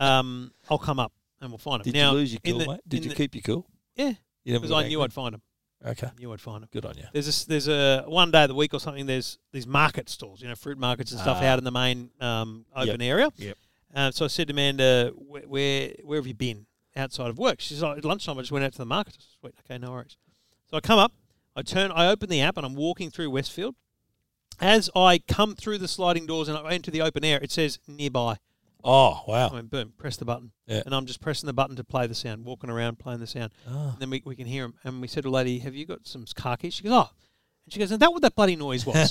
S2: um, I'll come up and we'll find them.
S1: Did
S2: now,
S1: you lose your
S2: in
S1: cool,
S2: the-
S1: mate? Did
S2: in
S1: you
S2: the-
S1: keep your cool?
S2: Yeah,
S1: You never
S2: because
S1: got
S2: I
S1: angry?
S2: knew I'd find them.
S1: Okay.
S2: knew I'd find them.
S1: Good on you.
S2: There's a, s- there's a one day of the week or something. There's these market stalls, you know, fruit markets and stuff
S1: Ah.
S2: out in the main um, open area.
S1: Yep.
S2: Um, so I said to Amanda, where, where where have you been outside of work? She's like, at lunchtime. I just went out to the market. I said, Sweet, okay, no worries. So I come up, I turn, I open the app, and I'm walking through Westfield. As I come through the sliding doors and I enter the open air, it says nearby.
S1: Oh,
S2: I
S1: wow.
S2: went boom, press the button,
S1: Yeah.
S2: and I'm just pressing the button to play the sound, walking around playing the sound.
S1: Ah.
S2: And then we, we can hear him. And we said to a lady, Have you got some car keys? She goes, Oh. And she goes, Is that what that bloody noise was?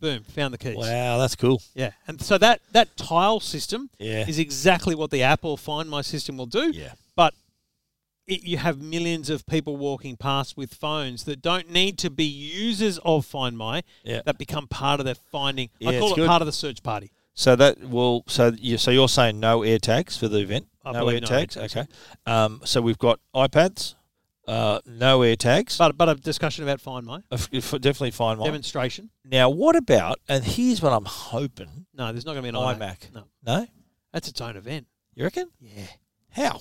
S2: Boom, found the keys.
S1: Wow, that's cool.
S2: Yeah. And so that, that tile system
S1: Yeah.
S2: is exactly what the Apple Find My system will do.
S1: Yeah.
S2: But it, you have millions of people walking past with phones that don't need to be users of Find My
S1: Yeah.
S2: that become part of their finding. I
S1: Yeah,
S2: call
S1: it's
S2: it
S1: good.
S2: part of the search party.
S1: So that will so you so you're saying no air tags for the event.
S2: I
S1: no air
S2: believe no air
S1: tags.
S2: tags,
S1: okay. Um, so we've got iPads, uh, no air tags.
S2: But, but a discussion about Find My,
S1: Uh, f- f- definitely find mine.
S2: demonstration.
S1: Now, what about? And here's what I'm hoping.
S2: No, there's not going to be an
S1: iMac.
S2: iMac. No,
S1: No,
S2: that's its own event.
S1: you reckon?
S2: Yeah.
S1: How?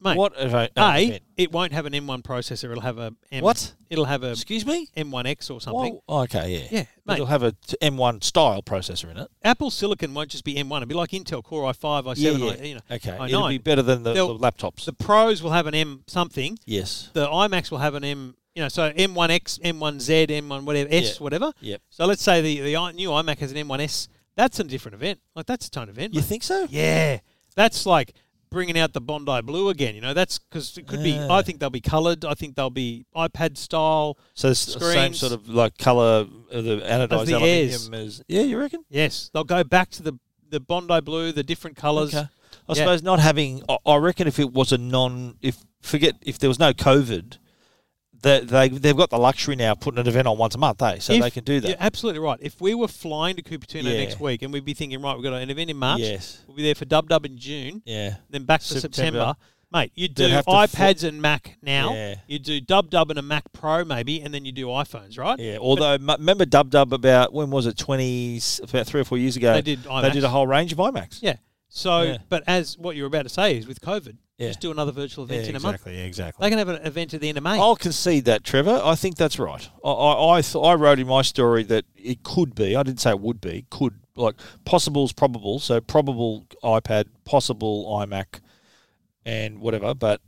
S2: mate.
S1: What have I? oh,
S2: A,
S1: shit.
S2: it won't have an M1 processor. It'll have a M,
S1: What?
S2: It'll have a
S1: Excuse me.
S2: M1X or something.
S1: Whoa, Oh, okay, yeah,
S2: Yeah,
S1: But
S2: mate.
S1: It'll have a t- M1 style processor in it.
S2: Apple Silicon won't just be M1. It'll be like Intel Core i5, i7, I, you know,
S1: okay.
S2: i9.
S1: It'll be better than the, the
S2: They'll-
S1: laptops.
S2: the Pros will have an M something.
S1: yes.
S2: The iMacs will have an M, you know, so M1X, M1Z, M1 whatever, S,
S1: Yeah.
S2: whatever.
S1: Yep.
S2: So let's say the, the i- new iMac has an M1S. That's a different event. Like, that's its own event.
S1: You
S2: mate.
S1: think so?
S2: Yeah, that's like bringing out the Bondi Blue again. You know, that's because it could be.
S1: Ah.
S2: I think they'll be coloured. I think they'll be iPad style.
S1: So it's the same
S2: Screens.
S1: sort of like color, uh, the anodized
S2: the Airs.
S1: aluminium is. Yeah, you reckon?
S2: Yes, they'll go back to the the Bondi Blue, the different colours.
S1: Okay. I
S2: Yeah.
S1: suppose not having. I- I reckon if it was a non, if forget if there was no COVID, that they they've got the luxury now of putting an event on once a month, eh? So
S2: If-
S1: they can do
S2: You're
S1: that.
S2: absolutely right. If we were flying to Cupertino
S1: Yeah.
S2: next week and we'd be thinking, right, we've got an event in March.
S1: Yes.
S2: We'll be there for Dub Dub in June,
S1: Yeah.
S2: then back to
S1: September.
S2: September. Mate, you do
S1: They'd have to fl-
S2: iPads and Mac now.
S1: Yeah.
S2: You do Dub Dub and a Mac Pro maybe, and then you do iPhones, right?
S1: Yeah. Although m- remember Dub Dub about when was it twenty about three or four years ago
S2: They did
S1: they
S2: iMacs.
S1: did a whole range of IMAX.
S2: Yeah. So,
S1: Yeah.
S2: but as what you're about to say is with COVID,
S1: Yeah.
S2: just do another virtual event in a month.
S1: exactly. Oh, Yeah, exactly.
S2: They can have an event at the end of May.
S1: I'll concede that, Trevor. I think that's right. I I, I, th- I wrote in my story that it could be. I didn't say it would be. Could like possible's probable. So probable iPad, possible iMac, and whatever. But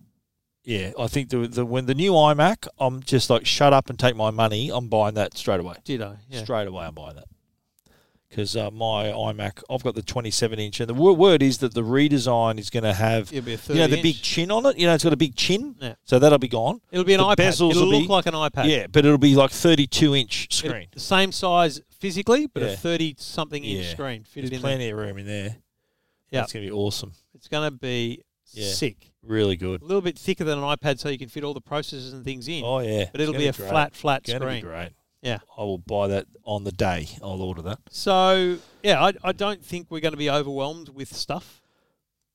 S1: yeah, I think the, the when the new iMac, I'm just like shut up and take my money. I'm buying that straight away.
S2: Did I? Yeah.
S1: Straight away, I'm buying that. Because uh, my iMac, I've got the 27 inch, and the wo- word is that the redesign is going to have
S2: It'll be a
S1: you know the
S2: 30
S1: big
S2: inch.
S1: chin on it. You know it's got a big chin,
S2: Yeah.
S1: so that'll be gone.
S2: It'll be an
S1: The
S2: iPad.
S1: bezels
S2: It'll
S1: will
S2: look
S1: be-
S2: like an iPad.
S1: Yeah, but it'll be like 32 inch
S2: It'll-
S1: screen.
S2: the same size physically, but
S1: Yeah.
S2: a thirty-something inch
S1: Yeah.
S2: screen fitted
S1: There's
S2: in there.
S1: plenty of room in there.
S2: Yeah.
S1: it's gonna be awesome.
S2: It's going to be
S1: Yeah.
S2: sick.
S1: Really
S2: A
S1: good.
S2: little bit thicker than an iPad, so you can fit all the processors and things in.
S1: Oh yeah,
S2: but it'll
S1: It's
S2: be
S1: gonna
S2: a
S1: great.
S2: flat, flat
S1: It's gonna
S2: screen.
S1: Be great.
S2: Yeah.
S1: I will buy that on the day. I'll order that.
S2: So yeah, I, I don't think we're going to be overwhelmed with stuff.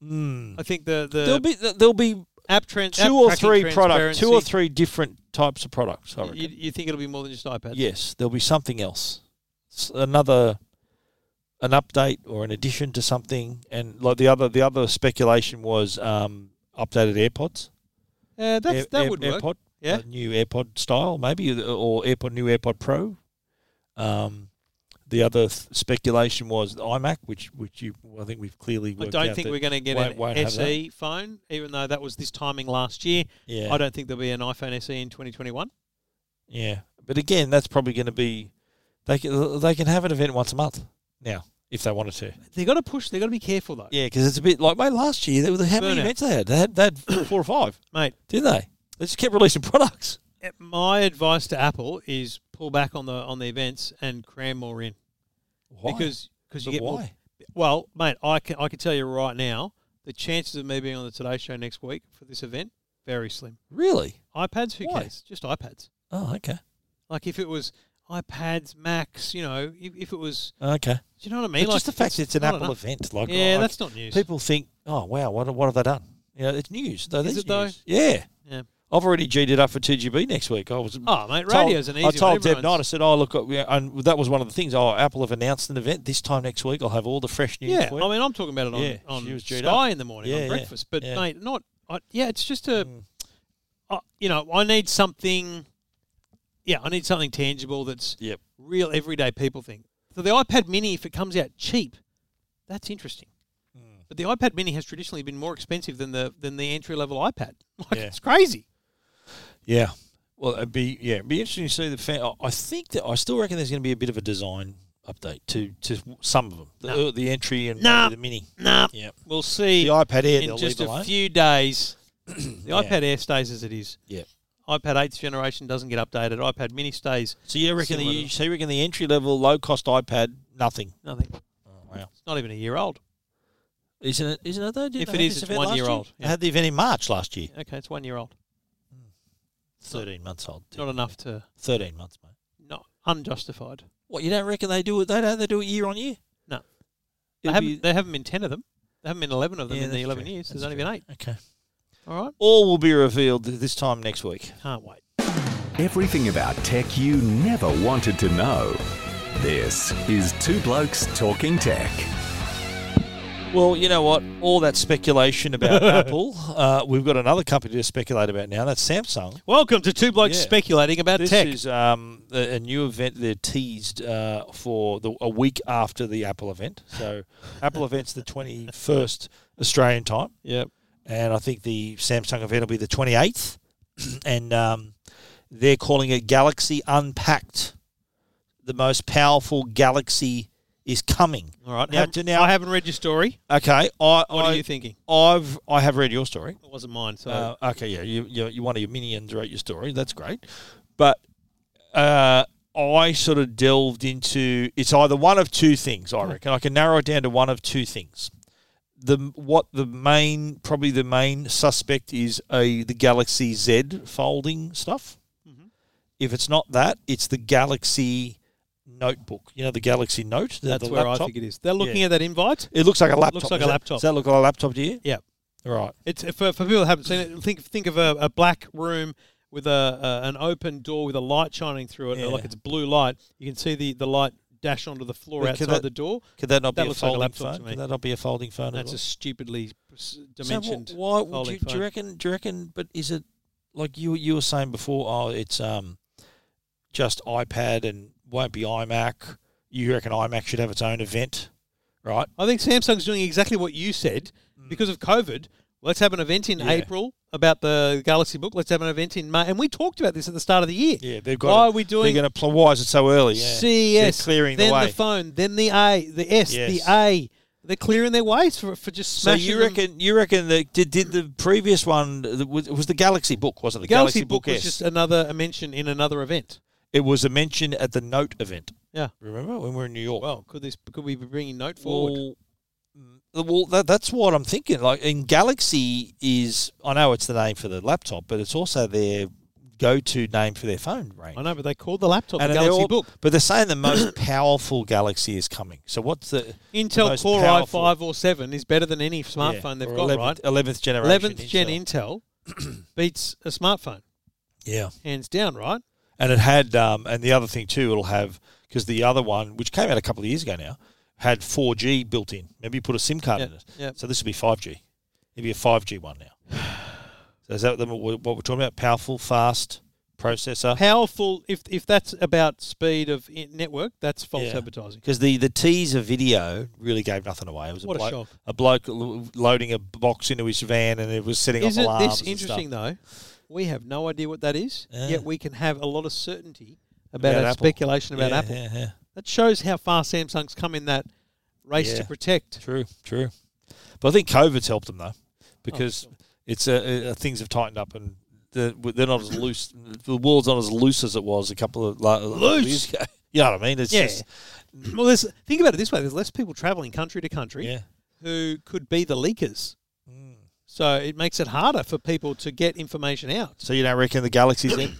S1: Mm.
S2: I think the
S1: There'll
S2: the
S1: be there'll be
S2: app trans app
S1: two or
S2: tracking
S1: three product, two or
S2: transparency,
S1: three different types of products. I reckon.
S2: You, you think it'll be more than just iPads?
S1: yes, there'll be something else, S- another, an update or an addition to something. And like the other, the other speculation was um, updated AirPods.
S2: Yeah, Uh, that's,
S1: Air-
S2: that
S1: Air-
S2: would work.
S1: AirPod,
S2: Yeah.
S1: a new AirPod style, maybe, uh, or AirPod new AirPod Pro. Um, the other th- speculation was the iMac, which which you I think we've clearly.
S2: I
S1: Worked
S2: don't
S1: out
S2: think
S1: that-
S2: we're going to get
S1: won't-
S2: an
S1: won't have that.
S2: SE phone, even though that was this timing last year.
S1: Yeah,
S2: I don't think there'll be an iPhone SE in 2021.
S1: yeah, but again, that's probably going to be they can they can have an event once a month now if they wanted to.
S2: They got to push. They got to be careful though,
S1: Yeah, because it's a bit like mate. Last year, there were how many
S2: Burnout.
S1: events they had? They had, they had four or five,
S2: mate.
S1: didn't they? They just kept releasing products.
S2: eh, My advice to Apple is pull back on the on the events and cram more in
S1: Why?
S2: because because
S1: But
S2: you get more.
S1: why?
S2: Well, mate, I can I can tell you right now, the chances of me being on the Today Show next week for this event very slim.
S1: Really?
S2: iPads, who
S1: Why?
S2: cares? Just iPads.
S1: Oh, okay,
S2: Like if it was iPads, Macs, you know, if, if it was,
S1: okay.
S2: do you know what I mean?
S1: But
S2: like
S1: just the fact it's an
S2: not
S1: Apple
S2: enough.
S1: event, like
S2: Yeah,
S1: I-
S2: that's not news.
S1: people think, oh wow, what what have they done? You know, it's news. Though,
S2: Is
S1: that's
S2: it though?
S1: news. Yeah,
S2: Yeah.
S1: I've already G'd it up for TGB next week. I was.
S2: Oh, mate,
S1: told-
S2: radio's an easy.
S1: I
S2: one.
S1: told Deb
S2: Everyone's-
S1: Knight. I said, "Oh, look, yeah, and that was one of the things. Oh, Apple have announced an event this time next week. I'll have all the fresh news.
S2: Yeah,
S1: for
S2: I
S1: you.
S2: mean, I'm talking about it on,
S1: Yeah,
S2: on
S1: she was G'd
S2: Sky in the morning
S1: Yeah, yeah,
S2: on breakfast, but
S1: yeah.
S2: mate, not. I, yeah, it's just a.
S1: Mm.
S2: I- you know, I need something. Yeah, I need something tangible that's
S1: Yep.
S2: real everyday people thing. So the iPad Mini, if it comes out cheap, that's interesting.
S1: Hmm.
S2: But the iPad Mini has traditionally been more expensive than the than the entry level iPad. Like,
S1: Yeah.
S2: It's crazy.
S1: Yeah. Well, it'd be yeah, it'd be interesting to see the fan. I- I think that I still reckon there's going to be a bit of a design update to to some of them. The,
S2: No.
S1: the entry and
S2: No.
S1: maybe the mini,
S2: Nah,
S1: yeah,
S2: we'll see
S1: the iPad Air.
S2: in
S1: they'll
S2: just
S1: leave
S2: a
S1: alone.
S2: few days. The
S1: Yeah.
S2: iPad Air stays as it is.
S1: Yep.
S2: iPad 8th generation doesn't get updated. iPad Mini stays
S1: So you reckon
S2: Similar
S1: the
S2: to-
S1: so you reckon the entry level low cost iPad nothing?
S2: nothing.
S1: Oh, wow.
S2: It's not even a year old.
S1: Isn't it? Isn't it though? Didn't
S2: If
S1: they
S2: it
S1: have
S2: is,
S1: this
S2: it's
S1: event
S2: one
S1: last
S2: year old,
S1: They
S2: yeah.
S1: had the event in March last year.
S2: Okay, it's one year old.
S1: Thirteen months old.
S2: Not enough to
S1: Thirteen months, mate.
S2: not unjustified.
S1: What you don't reckon they do it? They don't. They do it year on year.
S2: No. They
S1: It'll
S2: haven't,
S1: be-
S2: they haven't been 10 of them. They haven't been 11 of them
S1: Yeah,
S2: in the
S1: that's
S2: 11
S1: true.
S2: years. There's
S1: That's
S2: only
S1: true.
S2: been eight.
S1: okay.
S2: All right.
S1: All will be revealed this time next week.
S2: Can't wait.
S3: Everything about tech you never wanted to know. This is Two Blokes Talking Tech.
S1: Well, you know what? All that speculation about Apple, uh, we've got another company to speculate about now. That's Samsung.
S2: Welcome to Two Blokes
S1: Yeah.
S2: Speculating About
S1: This
S2: Tech.
S1: is um, a, a new event they're teased uh, for the, a week after the Apple event. So, Apple event's the 21st Australian time,
S2: yep.
S1: and I think the Samsung event will be the 28th. and um, they're calling it Galaxy Unpacked. The most powerful Galaxy is coming.
S2: All right.
S1: Now,
S2: Now,
S1: do- now-
S2: I haven't read your story.
S1: Okay, I,
S2: What
S1: I,
S2: are you thinking?
S1: I've I have read your story.
S2: It wasn't mine. So
S1: Uh, okay, yeah, you, you you one of your minions wrote your story. That's great, but uh, I sort of delved into it's either one of two things.
S2: Hmm.
S1: I reckon I can narrow it down to one of two things. The what the main probably the main suspect is a the Galaxy Z folding stuff.
S2: Mm-hmm.
S1: If it's not that, it's the Galaxy notebook. You know the Galaxy Note. the-
S2: that's
S1: the
S2: where I
S1: laptop?
S2: think it is. They're looking at that invite.
S1: It looks like a laptop.
S2: like a
S1: Does that-
S2: laptop.
S1: Does that look like a laptop to you?
S2: Yeah.
S1: Right.
S2: It's uh, for, for people who haven't seen it. Think think of a, a black room with a, a an open door with a light shining through it,
S1: Yeah.
S2: like it's blue light. You can see the, the light dash onto the floor
S1: But could
S2: outside
S1: that-
S2: the door.
S1: Could that not
S2: That
S1: be a
S2: looks like a
S1: folding
S2: laptop to
S1: phone?
S2: me.
S1: Could that not be a folding phone?
S2: That's a
S1: as
S2: stupidly s-
S1: well?
S2: dimensioned.
S1: So wha- why? Do
S2: folding
S1: you, do
S2: phone.
S1: you reckon? Do you reckon? But is it like you you were saying before? Oh, it's um, just iPad and won't be iMac. You reckon iMac should have its own event, right?
S2: I think Samsung's doing exactly what you said because of COVID. Let's have an event in
S1: Mm. Yeah.
S2: April about the Galaxy Book. Let's have an event in May, and we talked about this at the start of the year.
S1: Yeah, they've got.
S2: Why are we
S1: they're
S2: doing
S1: going to. Pl- why is it so early? Yeah.
S2: CES?
S1: They're clearing E the
S2: then
S1: way.
S2: the phone, then the A, the S,
S1: Yes.
S2: the A. They're clearing their ways for, for just
S1: so
S2: smashing.
S1: you
S2: them.
S1: reckon? You reckon that did, did the previous one the- was, was the Galaxy Book? Was it the
S2: Galaxy,
S1: Galaxy,
S2: Book was
S1: S?
S2: just another a mention in another event.
S1: it was a mention at the Note event.
S2: Yeah.
S1: Remember when we were in New York?
S2: Well, could this could we be bringing Note forward?
S1: Well, mm, well that, that's what I'm thinking. Like, in Galaxy is, I know it's the name for the laptop, but it's also their go-to name for their phone range.
S2: I know, but they called the laptop the
S1: they're
S2: Galaxy
S1: all-
S2: Book.
S1: but they're saying the most powerful Galaxy is coming. So what's the
S2: Intel
S1: most
S2: Core
S1: powerful-
S2: i5 or 7 is better than any smartphone
S1: yeah,
S2: they've
S1: or
S2: got,
S1: 11th,
S2: right?
S1: Eleventh generation.
S2: 11th gen Intel beats a smartphone,
S1: Yeah,
S2: hands down, right?
S1: and it had, um, and the other thing too, it'll have because the other one, which came out a couple of years ago now, had 4G built in. Maybe you put a SIM card
S2: Yeah,
S1: in it.
S2: yeah.
S1: So this would be 5G. It'd be a 5G one now. So is that the- what we're talking about? Powerful, fast processor.
S2: Powerful, if if that's about speed of i- network, that's false
S1: Yeah.
S2: advertising.
S1: Because the, the teaser video really gave nothing away. It was
S2: What a
S1: a, bloke,
S2: shock.
S1: a bloke lo- loading a box into his van and it was setting
S2: Isn't
S1: off alarms.
S2: this interesting, though? We have no idea what that is,
S1: Yeah.
S2: yet we can have a lot of certainty about,
S1: About
S2: our
S1: Apple.
S2: speculation about
S1: yeah,
S2: Apple.
S1: Yeah, yeah.
S2: That shows how far Samsung's come in that race to
S1: Yeah.
S2: protect.
S1: True, true. But I think COVID's helped them though, because
S2: Oh,
S1: it's uh, uh, things have tightened up and they're, they're not as loose. The world's not as loose as it was a couple of like,
S2: Loose?
S1: Years ago. You know what I mean? It's
S2: Yeah.
S1: just
S2: Mm. Well, there's, think about it this way: there's less people traveling country to country
S1: yeah. Mm.
S2: who could be the leakers. So it makes it harder for people to get information out.
S1: So you don't reckon the Galaxy Z?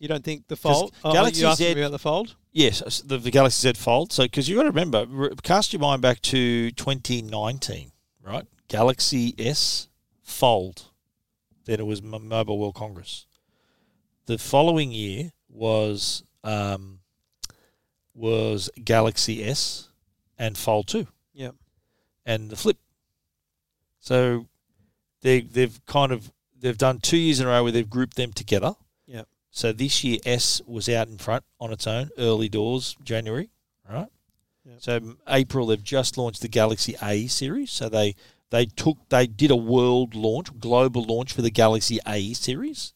S2: You don't think the
S1: 'Cause
S2: fold? Oh,
S1: Galaxy
S2: you asked
S1: Z-
S2: me about the fold.
S1: yes, s- the, the Galaxy Z Fold. So because you got to remember, re- cast your mind back to 2019, right? Galaxy S Fold. Then it was M- Mobile World Congress. The following year was um, was Galaxy S and Fold Two.
S2: Yeah.
S1: and the flip. So they they've kind of they've done two years in a row where they've grouped them together.
S2: Yep.
S1: So this year S was out in front on its own early doors January, right?
S2: Yep.
S1: So m- April they've just launched the Galaxy A series. So they they took they did a world launch, global launch for the Galaxy A series.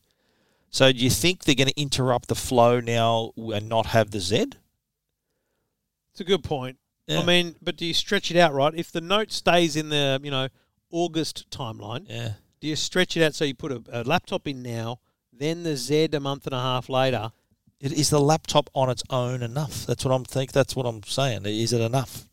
S1: So do you think they're going to interrupt the flow now and not have the Z?
S2: It's a good point.
S1: Yeah.
S2: I mean, but do you stretch it out right? If the note stays in the you know August timeline,
S1: Yeah.
S2: do you stretch it out so you put a, a laptop in now, then the Z a month and a half later?
S1: It, is the laptop on its own enough? That's what I'm think. That's what I'm saying. Is it enough?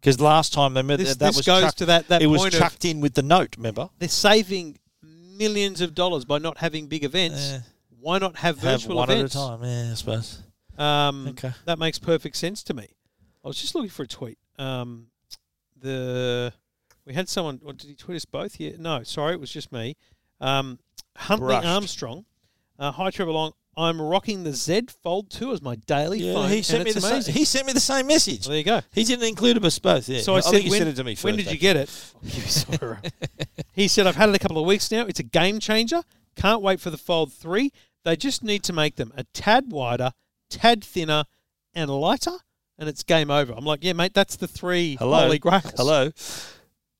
S1: Because last time, remember
S2: This,
S1: that, that
S2: this
S1: was
S2: goes
S1: chucked,
S2: to that that
S1: it was
S2: point of
S1: chucked in with the note. Remember?
S2: they're saving millions of dollars by not having big events.
S1: Yeah.
S2: Why not have
S1: Have
S2: virtual
S1: one
S2: events?
S1: at a time. Yeah, I suppose.
S2: Um,
S1: Okay.
S2: That makes perfect sense to me. I was just looking for a tweet. Um, the we had someone. Or did he tweet us both here? No, sorry, it was just me. Um, Huntley
S1: Brushed.
S2: Armstrong. Uh, hi Trevor Long. I'm rocking the Z Fold 2 as my daily phone.
S1: he sent
S2: and
S1: me the
S2: it's
S1: same,
S2: amazing.
S1: he sent me the same message.
S2: Well, there you go.
S1: He didn't include us both. Yeah.
S2: So I, said,
S1: think he
S2: when,
S1: sent it to me first.
S2: When did you get it? I'll give you some error. he said, I've had it a couple of weeks now. It's a game changer. Can't wait for the Fold 3. They just need to make them a tad wider, tad thinner, and lighter, and it's game over. I'm like, yeah, mate, that's the three
S1: Hello.
S2: holy grails.
S1: Hello.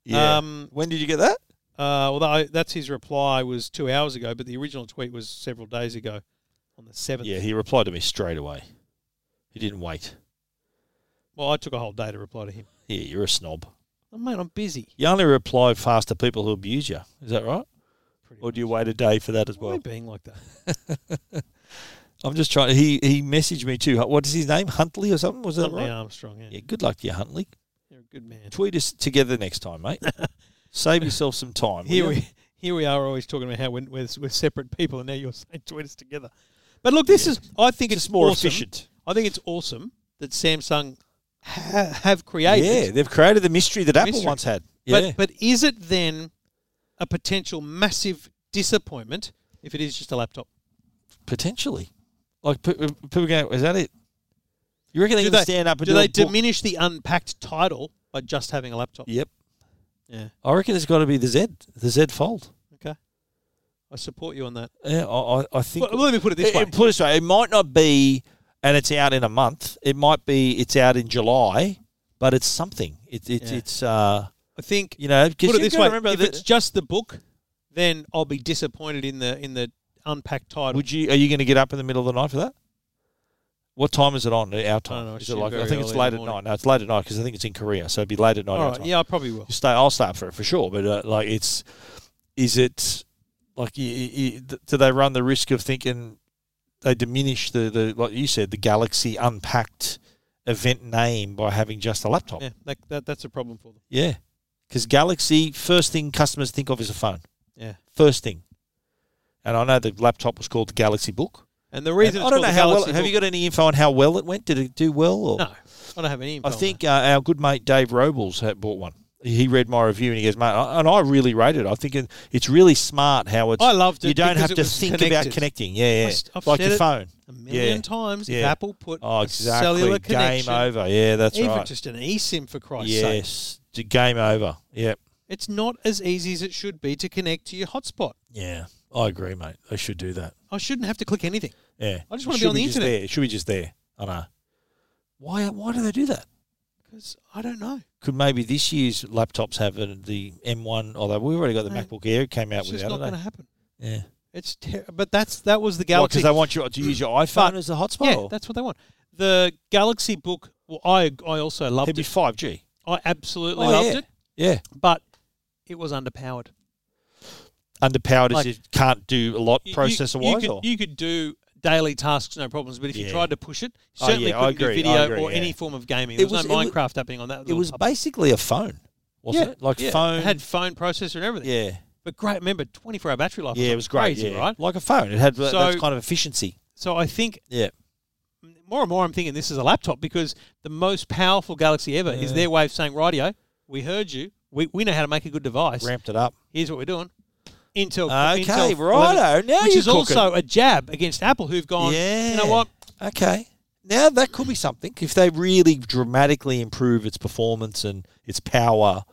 S1: Yeah.
S2: Um,
S1: when did you get that?
S2: uh, although I- that's his reply was two hours ago, but the original tweet was several days ago on the 7th.
S1: Yeah, he replied to me straight away. He didn't wait.
S2: Well, I took a whole day to reply to him.
S1: Yeah, you're a snob.
S2: Oh, mate, I'm busy.
S1: You only reply fast to people who abuse you. Is that right?
S2: Pretty
S1: Or do you wait a day for that as
S2: Why are you
S1: well?
S2: being like that?
S1: I'm just trying. He he messaged me too. What is his name? Huntley or something? Was that
S2: Huntley
S1: right?
S2: Armstrong, yeah.
S1: Yeah. Good luck to you, Huntley.
S2: You're a good man.
S1: Tweet us together next time, mate. Save yourself some time. will
S2: Here
S1: you?
S2: we here we are always talking about how we're, we're, we're separate people, and now you're saying tweet us together. But look, this is I think it's,
S1: It's more
S2: awesome.
S1: efficient.
S2: I think it's awesome that Samsung ha- have
S1: Yeah,
S2: created.
S1: they've created the mystery that Apple
S2: Mystery.
S1: once had. Yeah.
S2: but but is it then a potential massive disappointment if it is just a laptop?
S1: potentially. Like uh, pe- people go, is that it? You reckon they
S2: do
S1: can
S2: they
S1: stand up and do,
S2: do they
S1: a book?
S2: diminish the unpacked title by just having a laptop?
S1: Yep.
S2: Yeah.
S1: I reckon it's got to be the Z, the Z Fold.
S2: Okay, I support you on that.
S1: Yeah, I, I, I think.
S2: Well, let me put it this
S1: It-
S2: way.
S1: it- put it this way, it might not be, and it's out in a month. It might be it's out in July, but it's something. It, it,
S2: Yeah.
S1: It's uh,
S2: I think
S1: you know, because
S2: put
S1: you
S2: it this
S1: got
S2: way:
S1: to remember
S2: if
S1: that.
S2: it's just the book, then I'll be disappointed in the in the unpacked title.
S1: Would you? Are you going to get up in the middle of the night for that? What time is it on? Our time?
S2: know,
S1: is
S2: it's
S1: it like? I
S2: very
S1: think it's
S2: early in
S1: late
S2: the
S1: at
S2: morning.
S1: night. No, it's late at night because I think it's in Korea, so it'd be late at night.
S2: All
S1: our
S2: right,
S1: time.
S2: yeah, I probably will.
S1: You stay. I'll stay up for it for sure. But uh, like, it's is it like? y y y- do they run the risk of thinking they diminish the, the like you said the Galaxy Unpacked event name by having just a laptop?
S2: Yeah, that, that that's a problem for them.
S1: Yeah, because Galaxy first thing customers think of is a phone.
S2: Yeah,
S1: First thing, and I know the laptop was called the Galaxy Book.
S2: and the reason
S1: I don't know how well. Have you got any info on how well it went? Did it do well? Or?
S2: No, I don't have any. Info
S1: I
S2: on
S1: think uh, our good mate Dave Robles had bought one. He read my review and he goes, mate, I- and I really rate it. I think it- it's really smart how it's.
S2: I loved it
S1: You don't
S2: because
S1: have
S2: it
S1: to
S2: was
S1: think about
S2: connected.
S1: connecting. Yeah,
S2: I
S1: yeah.
S2: s- I've
S1: like
S2: said
S1: your
S2: it.
S1: phone.
S2: that. a million
S1: yeah.
S2: times if
S1: Yeah.
S2: Apple put
S1: Oh,
S2: a
S1: exactly.
S2: cellular
S1: Game
S2: connection,
S1: over. Yeah, that's
S2: even
S1: right.
S2: just an eSIM for Christ's sake.
S1: yes, D- game over. Yeah,
S2: It's not as easy as it should be to connect to your hotspot.
S1: yeah. I agree, mate. They should do that.
S2: I shouldn't have to click anything.
S1: Yeah.
S2: I just
S1: It
S2: wanna be
S1: should
S2: on the
S1: just
S2: internet.
S1: there. It should be just there. I know. Why? Why do they do that?
S2: 'Cause I don't know.
S1: Could maybe this year's laptops have uh, the M1? Although we've already got the
S2: Mate,
S1: MacBook Air it came out
S2: It's
S1: with
S2: just
S1: the
S2: not
S1: other
S2: going to
S1: day.
S2: happen.
S1: Yeah.
S2: It's ter- but that's that was the
S1: because
S2: Galaxy.
S1: they want you to use your iPhone as the hotspot.
S2: yeah,
S1: or?
S2: that's what they want. The Galaxy Book. Well, I I also loved
S1: it'd be
S2: it.
S1: five G.
S2: I absolutely
S1: Oh,
S2: loved
S1: yeah.
S2: it,
S1: Yeah,
S2: but it was underpowered.
S1: underpowered
S2: Like-
S1: is it can't do a lot
S2: You- you-
S1: processor
S2: you
S1: wise.
S2: could-
S1: or
S2: you could do daily tasks no problems, but if you
S1: Yeah.
S2: tried to push it,
S1: Oh,
S2: certainly
S1: yeah, I
S2: couldn't do
S1: agree, I
S2: video
S1: agree,
S2: or
S1: yeah.
S2: any form of gaming.
S1: It
S2: There was,
S1: was-
S2: no
S1: it was-
S2: Minecraft happening on that.
S1: it
S2: little
S1: was
S2: hub.
S1: basically a phone, wasn't
S2: Yeah,
S1: it? Like
S2: yeah,
S1: phone.
S2: It had phone processor and everything.
S1: yeah,
S2: But great, remember twenty four hour battery life.
S1: yeah, it was great.
S2: crazy,
S1: yeah.
S2: right?
S1: like a phone. It had that-
S2: So-
S1: that kind of efficiency.
S2: So I think
S1: Yeah,
S2: more and more I'm thinking this is a laptop because the most powerful Galaxy ever is
S1: Yeah.
S2: their way of saying, "Radio, we heard you. We, we know how to make a good device.
S1: ramped it up.
S2: Here's what we're doing." Intel.
S1: Okay,
S2: Intel
S1: righto.
S2: 11,
S1: Now
S2: which
S1: you're
S2: is also a jab against Apple, who've gone.
S1: yeah,
S2: You know what?
S1: Okay, now that could be something if they really dramatically improve its performance and its power.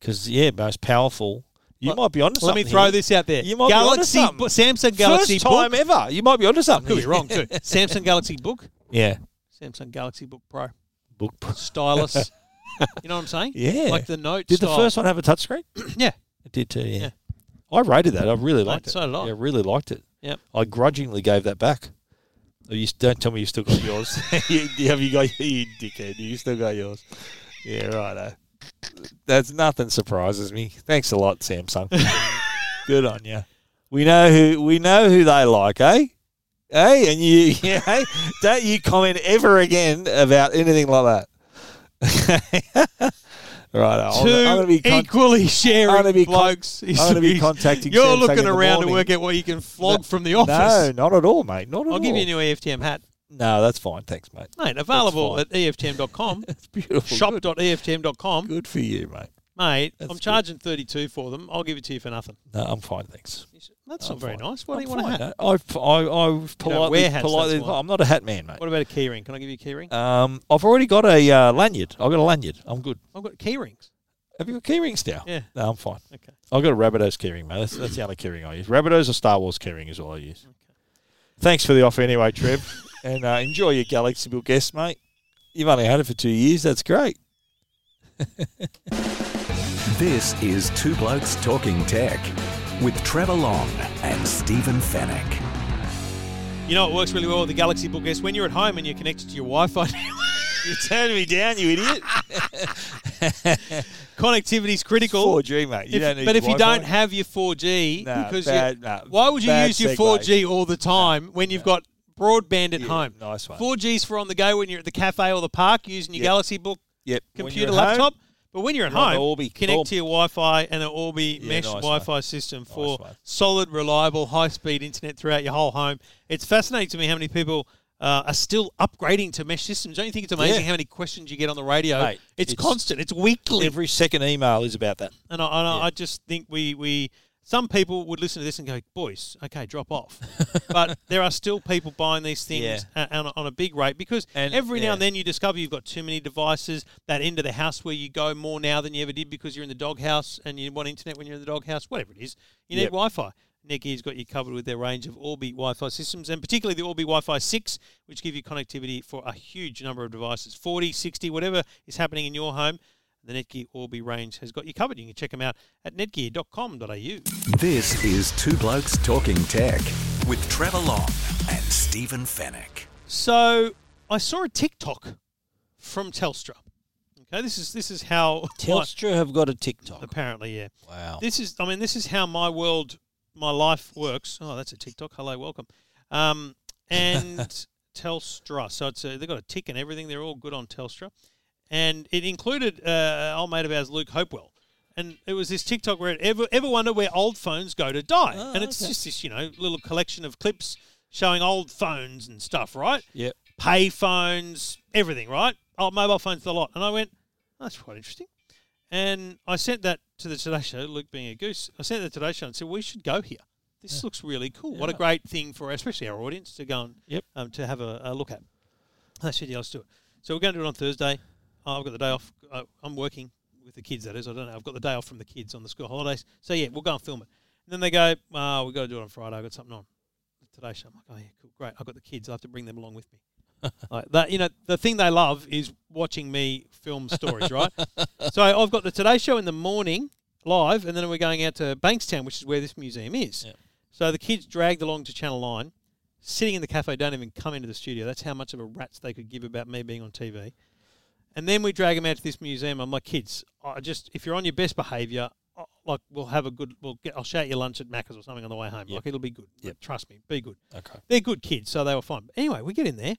S1: Because yeah, most powerful. You
S2: Let-
S1: might be onto
S2: Let
S1: something.
S2: me throw
S1: here.
S2: this out there.
S1: You might be onto
S2: Galaxy,
S1: something.
S2: bo- Samsung Galaxy
S1: First time
S2: Book.
S1: ever. You might be onto something.
S2: Could be wrong too. Samsung Galaxy Book.
S1: Yeah.
S2: Samsung Galaxy Book Pro.
S1: Book.
S2: Stylus. you know what I'm saying?
S1: Yeah.
S2: Like the Note.
S1: Did
S2: style.
S1: the first one have a touchscreen?
S2: Yeah.
S1: It did too. Yeah.
S2: Yeah.
S1: I rated that. I really
S2: Mate,
S1: liked it.
S2: so did I.
S1: Yeah, really liked it.
S2: Yep.
S1: I grudgingly gave that back. Oh, you don't tell me you've still got yours. You- have you got you dickhead? You still got yours? Yeah, righto. That's nothing surprises me. Thanks a lot, Samsung. Good on you. We know who we know who they like, eh? Hey, and you, yeah, eh? don't you comment ever again about anything like that. right, I'm,
S2: Two
S1: I'm gonna be con-
S2: equally sharing
S1: I'm gonna be con-
S2: blokes.
S1: I'm going to be contacting.
S2: You're
S1: Samsung in
S2: looking
S1: the
S2: around to
S1: morning.
S2: work out what you can flog
S1: No,
S2: from the office.
S1: No, not at all, mate. Not at all.
S2: I'll give you a new E EFTM hat.
S1: No, that's fine. Thanks, mate.
S2: Mate, available
S1: fine.
S2: at E EFTM.com,
S1: It's beautiful. Good,
S2: E shop.eftm.com.
S1: good for you, mate.
S2: mate,
S1: That's
S2: I'm
S1: good.
S2: charging 32 for them. I'll give it to you for nothing.
S1: No, I'm fine, thanks.
S2: He said, That's
S1: I'm
S2: not very
S1: fine.
S2: nice. What do
S1: I'm
S2: you want to
S1: fine,
S2: have?
S1: no. I've, I, I've politely,
S2: wear hats,
S1: politely,
S2: that's why.
S1: I'm not a hat man, mate.
S2: What about a key ring? Can I give you a key ring?
S1: Um, I've already got a uh, lanyard. I've got a lanyard. I'm good.
S2: I've got key rings.
S1: Have you got key rings now?
S2: Yeah.
S1: No, I'm fine.
S2: Okay.
S1: I've got a Rabbitohs key ring, mate. That's, that's the only key ring I use. Rabbitohs or Star Wars key ring is all I use. Thanks for the offer anyway, Trev. and uh, enjoy your Galaxy Bill guest, mate. You've only had it for two years. That's great.
S3: This is Two Blokes Talking Tech with Trevor Long and Stephen Fennec.
S2: You know, it works really well with the Galaxy Book S when you're at home and you're connected to your Wi Fi.
S1: You turned me down, you idiot.
S2: Connectivity's critical.
S1: 4G, mate. You
S2: If-
S1: don't need
S2: but if you
S1: Wi-Fi.
S2: don't have your 4G,
S1: Nah,
S2: because
S1: bad-
S2: you,
S1: nah,
S2: why would you
S1: bad
S2: use your
S1: segue.
S2: 4G all the time when you've got broadband at
S1: Yeah,
S2: home?
S1: nice one.
S2: 4G's for on the go when you're at the cafe or the park using your
S1: Yep.
S2: Galaxy Book
S1: yep. when you're
S2: computer
S1: at home,
S2: laptop. But when you're at
S1: You're on the
S2: home,
S1: Orbi.
S2: connect
S1: Orb.
S2: to your Wi-Fi and an Orbi
S1: Yeah,
S2: mesh
S1: nice
S2: Wi-Fi system for
S1: one.
S2: solid, reliable, high-speed internet throughout your whole home. It's fascinating to me how many people uh, are still upgrading to mesh systems. Don't you think it's amazing
S1: Yeah.
S2: how many questions you get on the radio?
S1: Mate,
S2: it's,
S1: it's-
S2: constant. It's weekly,
S1: every second email is about that.
S2: and I, and I, I just think we we some people would listen to this and go, "Boys, okay, drop off." but there are still people buying these things a- on, a- on a big rate because
S1: And-
S2: every now
S1: yeah.
S2: and then you discover you've got too many devices. That end of the house where you go more now than you ever did because you're in the doghouse and you want internet when you're in the doghouse. Whatever it is, you need
S1: Yep.
S2: Wi-Fi. Netgear's got you covered with their range of Orbi Wi-Fi systems, and particularly the Orbi Wi-Fi 6, which give you connectivity for a huge number of devices, 40, 60, whatever is happening in your home. The Netgear Orbi range has got you covered. You can check them out at netgear.com.au.
S3: This is Two Blokes Talking Tech with Trevor Long and Stephen Fennec.
S2: So I saw a TikTok from Telstra. Okay, this is this is how
S1: Telstra have got a TikTok.
S2: apparently, yeah.
S1: Wow.
S2: This is, I mean, this is how my world, my life works. Oh, that's a TikTok. Hello, welcome. Um, and Telstra. So it's a, they've got a tick and everything. They're all good on Telstra. And it included uh, old mate of ours, Luke Hopewell. And it was this TikTok where it ever, ever wonder where old phones go to die.
S1: Oh,
S2: and it's
S1: okay.
S2: just this, you know, little collection of clips showing old phones and stuff, right?
S1: Yep.
S2: pay phones, everything, right? Oh, mobile phones, the lot. And I went, "Oh, that's quite interesting. And I sent that to the Today Show, Luke being a goose. I sent that to the Today Show and said, we should go here. This looks really cool. What a
S1: Yeah.
S2: great thing for, our, especially our audience, to go and
S1: Yep.
S2: um, to have a, a look at. I said, yeah, let's do it. So we're going to do it on Thursday. Oh, I've got the day off. I- I'm working with the kids, that is. I don't know. I've got the day off from the kids on the school holidays. So, yeah, we'll go and film it. And then they go, oh, we've got to do it on Friday. I've got something on Today Show. I'm like, oh, yeah, cool, great. I've got the kids. I have to bring them along with me. like that, you know, the thing they love is watching me film stories, right? so I've got the Today Show in the morning live, and then we're going out to Bankstown, which is where this museum is.
S1: Yep.
S2: So the kids dragged along to Channel 9 sitting in the cafe, don't even come into the studio. That's how much of a rat's they could give about me being on TV. And then we drag them out to this museum. I'm like, kids, I just if you're on your best behaviour, I- like we'll have a good. We'll get. I'll shout you lunch at Macca's or something on the way home.
S1: Yep.
S2: Like it'll be good.
S1: Yep.
S2: Trust me, be good.
S1: Okay.
S2: They're good kids, so they were fine. But anyway, we get in there,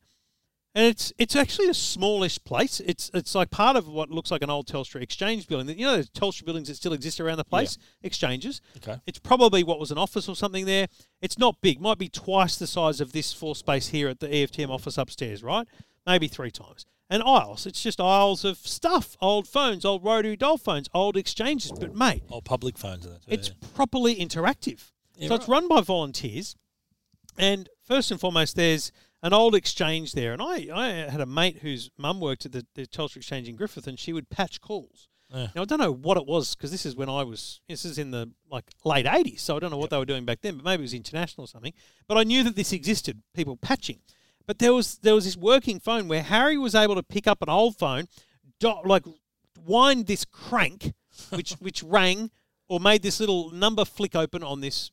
S2: and it's it's actually a smallish place. It's it's like part of what looks like an old Telstra Exchange building. You know those Telstra buildings that still exist around the place, exchanges.
S1: Okay.
S2: It's probably what was an office or something there. It's not big. Might be twice the size of this floor space here at the E EFTM office upstairs, right? Maybe three times. And aisles. It's just aisles of stuff. Old phones, old rotary doll phones, old exchanges. But mate,
S1: Oh, public phones are that. too,
S2: it's
S1: yeah.
S2: properly interactive.
S1: Yeah,
S2: so it's run by volunteers. And first and foremost, there's an old exchange there. And I, I had a mate whose mum worked at the, the Telstra Exchange in Griffith and she would patch calls.
S1: Yeah.
S2: Now, I don't know what it was because this is when I was, this is in the like late 80s. So I don't know what they were doing back then, but maybe it was international or something. But I knew that this existed, people patching. But there was there was this working phone where Harry was able to pick up an old phone, do, like wind this crank, which which rang or made this little number flick open on this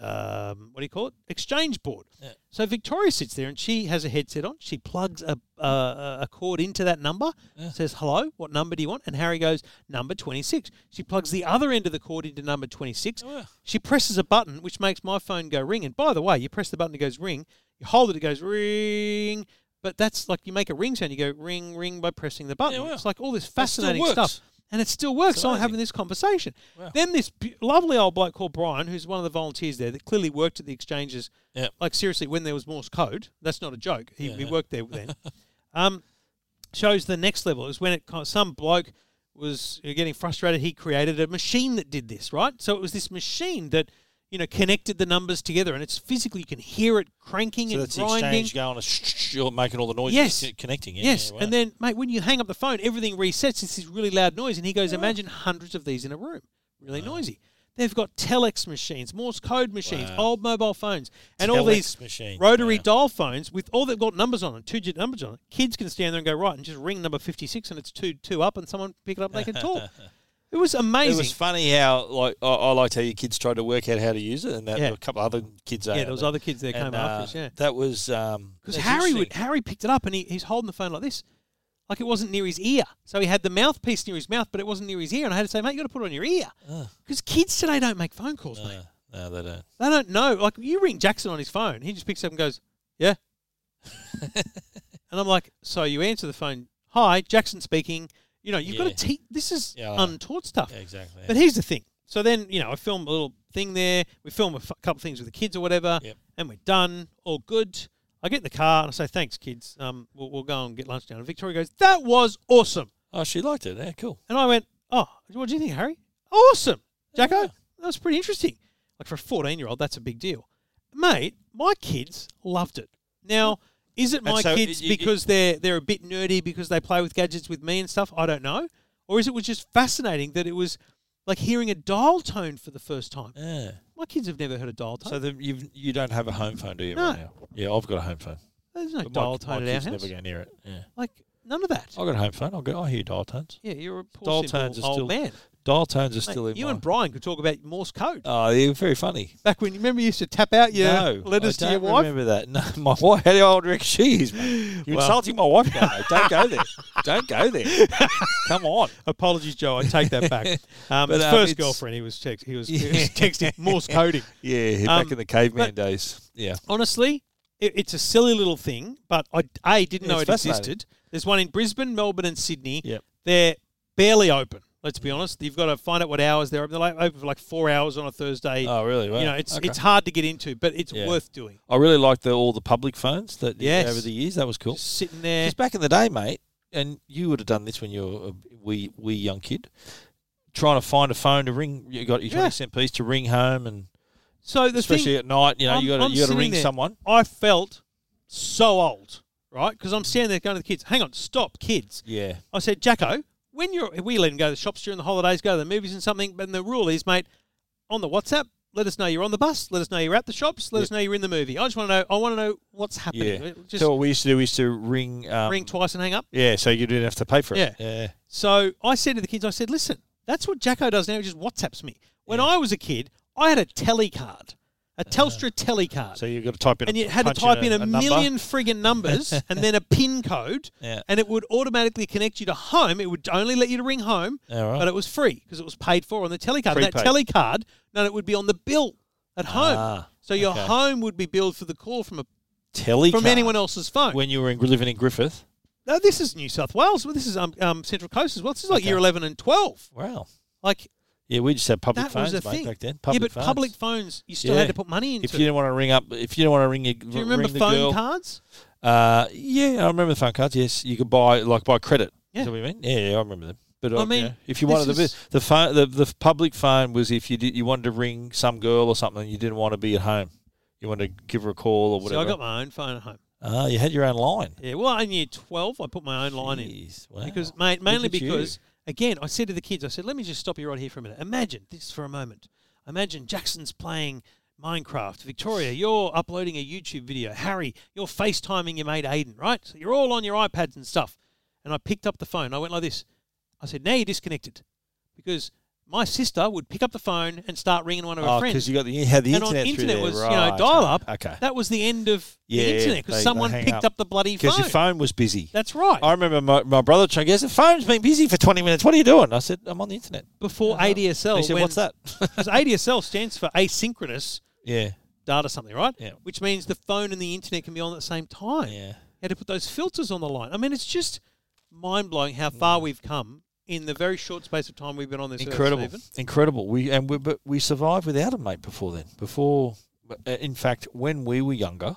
S2: um, what do you call it exchange board.
S1: Yeah.
S2: So Victoria sits there and she has a headset on. She plugs a a, a cord into that number, says hello, what number do you want? And Harry goes number twenty six. She plugs the other end of the cord into number twenty six.
S1: Oh, yeah.
S2: She presses a button which makes my phone go ring. And by the way, you press the button, it goes ring. You hold it, it goes ring. But that's like you make a ring sound. You go ring, ring by pressing the button.
S1: wow.
S2: It's like all this
S1: That still
S2: fascinating
S1: works.
S2: stuff, and it still works.
S1: It's
S2: So I'm
S1: amazing.
S2: having this conversation.
S1: Wow.
S2: Then this bu- lovely old bloke called Brian, who's one of the volunteers there, that clearly worked at the exchanges.
S1: Yep.
S2: Like seriously, when there was Morse code, that's not a joke. He,
S1: Yeah,
S2: he
S1: yeah.
S2: worked there then. um, shows the next level is when it co- some bloke was getting frustrated. He created a machine that did this, right? So it was this machine that you know connected the numbers together, and it's physically you can hear it cranking
S1: So
S2: and
S1: that's the
S2: grinding.
S1: exchange going, sh- you're making all the noises,
S2: Yes.
S1: c- connecting. Yeah,
S2: Yes,
S1: yeah, wow.
S2: and then mate, when you hang up the phone, everything resets. It's this really loud noise, and he goes, "Imagine hundreds of these in a room, really noisy." They've got telex machines, Morse code machines,
S1: Wow.
S2: old mobile phones, and all
S1: Telex
S2: these
S1: machines,
S2: rotary
S1: wow.
S2: dial phones with all they've got numbers on them, two-digit numbers on it. Kids can stand there and go right and just ring number fifty-six, and it's two two up, and someone pick it up, and they can talk. It was amazing.
S1: it was funny how like I, I liked how your kids tried to work out how to use it, and that
S2: Yeah.
S1: there were a couple of other kids.
S2: yeah, there was other kids there came after us. Yeah,
S1: uh, that was um, because
S2: because Harry would Harry picked it up and he, he's holding the phone like this, like it wasn't near his ear. So he had the mouthpiece near his mouth, but it wasn't near his ear. And I had to say, mate, you got to put it on your ear because kids today don't make phone calls, mate.
S1: uh, no, they don't.
S2: They don't know. Like you ring Jackson on his phone, he just picks up and goes, yeah. and I'm like, so you answer the phone, hi, Jackson speaking. You know, you've
S1: Yeah.
S2: got to teach. This is
S1: Yeah, I know.
S2: untaught stuff.
S1: Yeah, exactly.
S2: But here's the thing. So then, you know, I film a little thing there. We film a f- couple things with the kids or whatever,
S1: Yep.
S2: and we're done. All good. I get in the car and I say, "Thanks, kids. Um, we'll, we'll go and get lunch down." And Victoria goes, "That was awesome."
S1: oh, she liked it. Yeah, cool.
S2: And I went, "Oh, what do you think, Harry? Awesome, Jacko.
S1: Yeah.
S2: That was pretty interesting. Like for a fourteen-year-old, that's a big deal, mate. My kids loved it. Now." Is it
S1: And
S2: my
S1: so uh,
S2: kids
S1: it- it-
S2: because they're they're a bit nerdy because they play with gadgets with me and stuff? I don't know. Or is it was just fascinating that it was like hearing a dial tone for the first time?
S1: Yeah.
S2: My kids have never heard a dial tone.
S1: So the, you've, you don't have a home phone, do you?
S2: No.
S1: Right now? Yeah, I've got a home phone.
S2: There's no
S1: But
S2: dial
S1: my,
S2: tone
S1: my
S2: at our
S1: kids
S2: house.
S1: never go near it. Yeah.
S2: Like none of that.
S1: I've got a home phone. I go. I hear dial tones.
S2: Yeah, you're a poor
S1: Dial
S2: simple
S1: tones are
S2: old
S1: still
S2: man.
S1: Dial tones are
S2: Mate,
S1: still in.
S2: you
S1: my,
S2: and Brian could talk about Morse code.
S1: Oh, they're very funny.
S2: Back when you remember you used to tap out your
S1: no,
S2: letters
S1: I
S2: to your
S1: don't
S2: wife.
S1: Remember that? No, my wife. How old do you reckon she is? Mate? You're
S2: Well-
S1: insulting my wife now. mate. Don't go there. Don't go there. Come on.
S2: Apologies, Joe. I take that back.
S1: But,
S2: Um, his
S1: um,
S2: first
S1: it's-
S2: girlfriend, he was text, he was, he
S1: Yeah.
S2: was texting Morse coding.
S1: Yeah,
S2: Um,
S1: back in the caveman
S2: but-
S1: days. Yeah.
S2: Honestly, it, it's a silly little thing, but I a didn't
S1: Yeah,
S2: know it
S1: it's fascinating.
S2: existed. There's one in Brisbane, Melbourne, and Sydney.
S1: Yep.
S2: They're barely open. Let's be honest. You've got to find out what hours they're open. They're like open for like four hours on a Thursday.
S1: Oh, really? Wow.
S2: You know, it's
S1: Okay.
S2: it's hard to get into, but it's
S1: Yeah.
S2: worth doing.
S1: I really liked the, all the public phones that
S2: Yes.
S1: over the years. That was cool.
S2: Just sitting there.
S1: Because back in the day, mate, and you would have done this when you were a wee, wee young kid, trying to find a phone to ring. You got your
S2: Yeah.
S1: twenty cent piece to ring home, and
S2: so the
S1: especially
S2: thing,
S1: at night, you know,
S2: I'm-
S1: you got
S2: I'm
S1: to you got to
S2: sitting
S1: ring
S2: there.
S1: someone.
S2: I felt so old, right? Because I'm standing there going to the kids, "Hang on, stop, kids."
S1: Yeah.
S2: I said, "Jacko, when you're we let him go to the shops during the holidays, go to the movies and something, but the rule is, mate, on the WhatsApp." Let us know you're on the bus. Let us know you're at the shops. Let us know you're in the movie. I just want to know. I want to know what's happening.
S1: Yeah.
S2: Just
S1: so what we used to do is to ring. Um,
S2: ring twice and hang up.
S1: Yeah, so you didn't have to pay for it.
S2: Yeah.
S1: Yeah.
S2: So I said to the kids, I said, listen, that's what Jacko does now. He just WhatsApps me. When I was a kid, I had a telecard, a
S1: Uh-huh.
S2: Telstra telecard,
S1: So you've got to type in.
S2: and
S1: a-
S2: you had to
S1: punch
S2: type in a,
S1: number.
S2: million friggin' numbers and then a PIN code,
S1: Yeah.
S2: and it would automatically connect you to home. It would only let you to ring home,
S1: All right.
S2: but it was free because it was paid for on the telecard. And that
S1: Prepaid.
S2: telecard, no, it would be on the bill at home.
S1: Ah,
S2: so your
S1: okay.
S2: home would be billed for the call from a
S1: Telecard.
S2: from anyone else's phone.
S1: When you were in, living in Griffith.
S2: no, this is New South Wales. Well, this is um, um, Central Coast as well. This is like
S1: Okay.
S2: year eleven and twelve.
S1: Wow.
S2: Like
S1: Yeah, we just had public
S2: that
S1: phones
S2: was a
S1: mate,
S2: thing
S1: back then. Public
S2: yeah, but
S1: phones.
S2: public phones, you still
S1: Yeah.
S2: had to put money into.
S1: If you didn't want to ring up, if you didn't want to ring your,
S2: Do you remember
S1: ring the
S2: phone
S1: girl,
S2: cards?
S1: Uh, yeah, I remember the phone cards. Yes, you could buy like by credit.
S2: Yeah.
S1: Is that what you mean? Yeah, yeah, I remember them. But I
S2: I mean,
S1: mean, if you
S2: this
S1: wanted the
S2: is-
S1: the phone, the, the public phone was if you did you wanted to ring some girl or something, you didn't want to be at home. You wanted to give her a call or
S2: So
S1: whatever.
S2: I got my own phone at home.
S1: Ah, you had your own line.
S2: Yeah, well, in year twelve, I put my own line in
S1: Jeez, wow.
S2: because, mate, mainly
S1: at you.
S2: because, again, I said to the kids, I said, let me just stop you right here for a minute. Imagine this for a moment. Imagine Jackson's playing Minecraft. Victoria, you're uploading a YouTube video. Harry, you're FaceTiming your mate Aiden, right? So you're all on your iPads and stuff. And I picked up the phone. I went like this. I said, now you're disconnected because my sister would pick up the phone and start ringing one of her
S1: oh,
S2: friends.
S1: because you got the you had the
S2: and on
S1: internet through
S2: internet
S1: there,
S2: was
S1: right,
S2: you know dial up.
S1: Okay,
S2: That was the end of
S1: Yeah,
S2: the internet because
S1: they-
S2: someone
S1: they hang
S2: picked up.
S1: up.
S2: the bloody phone.
S1: because your phone was busy.
S2: That's right.
S1: I remember my, my brother trying. Yes, the phone's been busy for twenty minutes. What are you doing? I said, I'm on the internet.
S2: Before
S1: Uh-huh.
S2: ADSL,
S1: he said,
S2: when-
S1: What's that?
S2: 'cause ADSL stands for asynchronous
S1: yeah,
S2: data something, right?
S1: Yeah.
S2: Which means the phone and the internet can be on at the same time.
S1: yeah.
S2: You had to put those filters on the line. I mean, it's just mind blowing how far we've come in the very short space of time we've been on this. earth,
S1: Mm. incredible,
S2: Stephen.
S1: incredible. We and we, but we survived without them, mate. Before then, before, uh, in fact, when we were younger,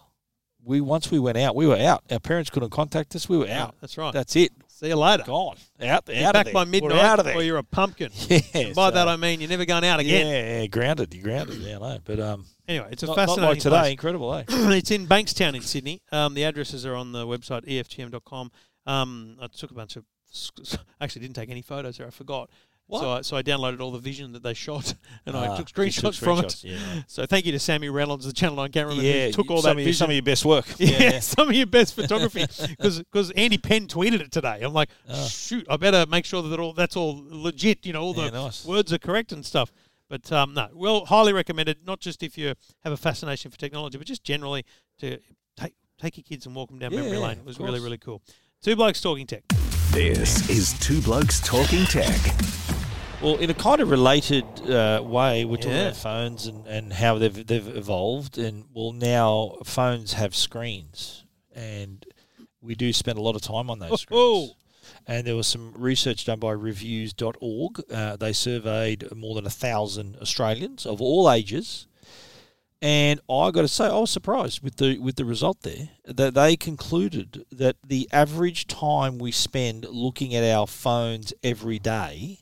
S1: we once we went out, we were out. Our parents couldn't contact us. We were out.
S2: That's right.
S1: That's it.
S2: See you later.
S1: Gone. Out, out
S2: Get
S1: of
S2: back
S1: there.
S2: by
S1: We're
S2: midnight,
S1: out of there.
S2: or you're a pumpkin.
S1: yeah,
S2: And by
S1: so-
S2: that I mean you're never going out again.
S1: Yeah, yeah, grounded. You're grounded. Yeah, I know. But um,
S2: Anyway, it's a
S1: not, not
S2: fascinating
S1: like today.
S2: place.
S1: Incredible, eh?
S2: it's in Bankstown in Sydney. Um, the addresses are on the website E eftm.com. Um, I took a bunch of actually didn't take any photos there. I forgot.
S1: What?
S2: So I, so I downloaded all the vision that they shot and I
S1: Ah,
S2: took
S1: you
S2: screenshots from
S1: screenshots,
S2: it. So thank you to Sammy Reynolds, the Channel 9 cameraman,
S1: Yeah,
S2: who took all
S1: some
S2: that
S1: of your,
S2: vision.
S1: some of your best work.
S2: yeah, some of your best photography because Andy Penn tweeted it today. I'm like, shoot, I better make sure that all that's all legit. You know, all the
S1: Ah. Yeah, nice.
S2: words are correct and stuff. But um, no, well, highly recommended. Not just if you have a fascination for technology, but just generally to take take your kids and walk them down memory
S1: Yeah,
S2: lane. It
S1: of
S2: was really
S1: course. Oh.
S2: really cool. Two blokes talking tech.
S3: This is Two Blokes Talking Tech.
S1: Well, in a kind of related uh, way, we're talking
S2: Yeah.
S1: about phones and, and how they've they've evolved, and well, now phones have screens, and we do spend a lot of time on those
S2: Oh.
S1: screens. And there was some research done by reviews.org. Uh, they surveyed more than a thousand Australians of all ages, and I got to say, I was surprised with the with the result there. That they concluded that the average time we spend looking at our phones every day,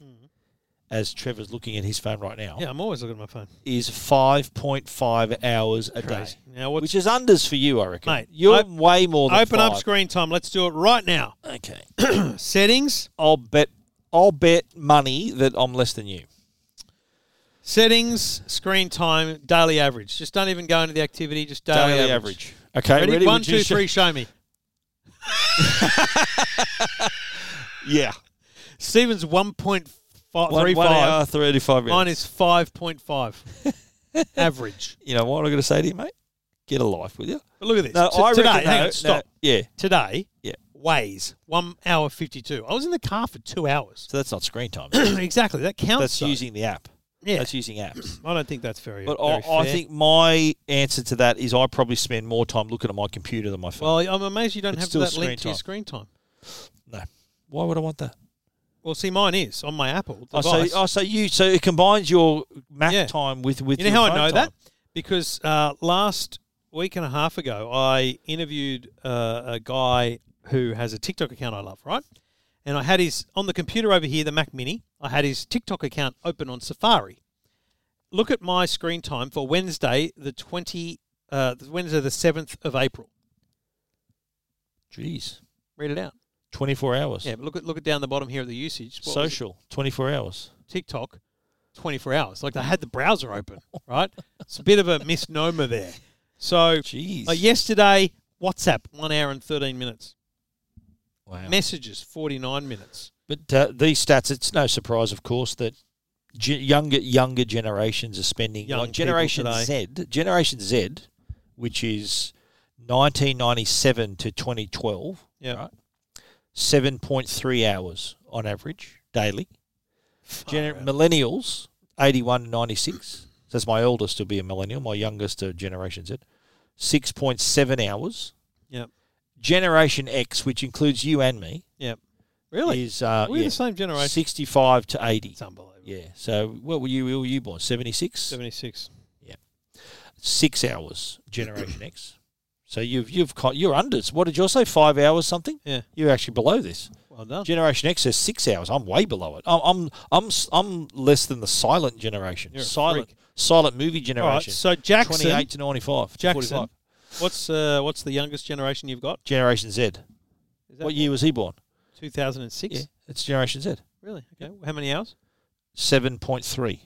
S1: as Trevor's looking at his phone right now,
S2: Mm-hmm. Yeah, I'm always looking at my phone.
S1: is five point five hours a
S2: Crazy.
S1: day,
S2: Now what's
S1: which is unders for you, I reckon.
S2: Mate,
S1: You're
S2: op-
S1: way more than
S2: open up
S1: five.
S2: screen time? Let's do it right now.
S1: Okay,
S2: Settings,
S1: I'll bet I'll bet money that I'm less than you.
S2: settings, screen time, daily average. Just don't even go into the activity. Just daily, average.
S1: Okay, ready?
S2: Ready? One,
S1: Would you
S2: two,
S1: sh-
S2: three, show me.
S1: Yeah,
S2: Stephen's 1.35.
S1: one, one hour thirty-five minutes.
S2: Mine is 5.5 average.
S1: you know what I'm going to say to you, mate? Get a life with you.
S2: But look at this.
S1: No,
S2: T-
S1: I
S2: today,
S1: reckon.
S2: hang
S1: no,
S2: on,
S1: no,
S2: stop.
S1: yeah,
S2: Today,
S1: Yeah.
S2: Waze, 1 hour 52. I was in the car for two hours.
S1: so that's not screen time.
S2: exactly. That counts.
S1: that's
S2: though.
S1: using the app.
S2: Yeah.
S1: That's using apps.
S2: I don't think that's very.
S1: But
S2: very
S1: I, I
S2: fair.
S1: think my answer to that is I probably spend more time looking at my computer than my phone.
S2: Well, I'm amazed you don't
S1: It's
S2: have
S1: still
S2: that
S1: screen
S2: linked to your
S1: time.
S2: screen time.
S1: no. Why would I want that?
S2: Well, see, mine is on my Apple
S1: I
S2: device.
S1: say, I say Oh, you. So it combines your Mac
S2: Yeah.
S1: time with with.
S2: You know
S1: your
S2: how I
S1: phone
S2: know
S1: time.
S2: that? Because uh, last week and a half ago, I interviewed uh, a guy who has a TikTok account I love, right? And I had his, on the computer over here, the Mac Mini, I had his TikTok account open on Safari. Look at my screen time for Wednesday, the 20, uh, Wednesday, the 7th of April.
S1: Jeez,
S2: Read it out.
S1: twenty four hours.
S2: Yeah, but look at look at down the bottom here at the usage. What was it?
S1: Social, twenty four hours.
S2: TikTok 24 hours. Like they had the browser open, right? It's a bit of a misnomer there. So
S1: Jeez.
S2: uh, yesterday, WhatsApp, one hour and 13 minutes.
S1: Wow.
S2: Messages, 49 minutes.
S1: But uh, these stats, it's no surprise, of course, that ge- younger younger generations are spending
S2: Young
S1: like Generation
S2: people
S1: Z, Generation Z, which is 1997 to 2012,
S2: Yeah.
S1: right? 7.3 hours on average daily. Gener- millennials, 81 to 96. So that's my eldest will be a millennial. My youngest are Generation Z. 6.7 hours.
S2: Yep.
S1: Generation X, which includes you and me,
S2: Yep. Really?
S1: is uh,
S2: We're
S1: yeah.
S2: the same generation.
S1: 65 to 80.
S2: It's unbelievable.
S1: Yeah. So what were you where were you born? 76?
S2: 76.
S1: 6 hours generation X. So you've you've co- you're unders. What did you say 5 hours something?
S2: Yeah.
S1: You're actually below this.
S2: Well done.
S1: Generation X says 6 hours. I'm way below it. I'm I'm I'm, s- I'm less than the silent generation.
S2: You're a
S1: silent
S2: freak.
S1: silent movie
S2: All right.
S1: generation.
S2: So Jackson,
S1: 28 to 95. to
S2: Jackson,
S1: 45.
S2: what's uh, what's the youngest generation you've got?
S1: Generation Z.
S2: Is
S1: What year was he born?
S2: 2006.
S1: Yeah. It's generation Z.
S2: Really? Okay. How many hours?
S1: 7.3.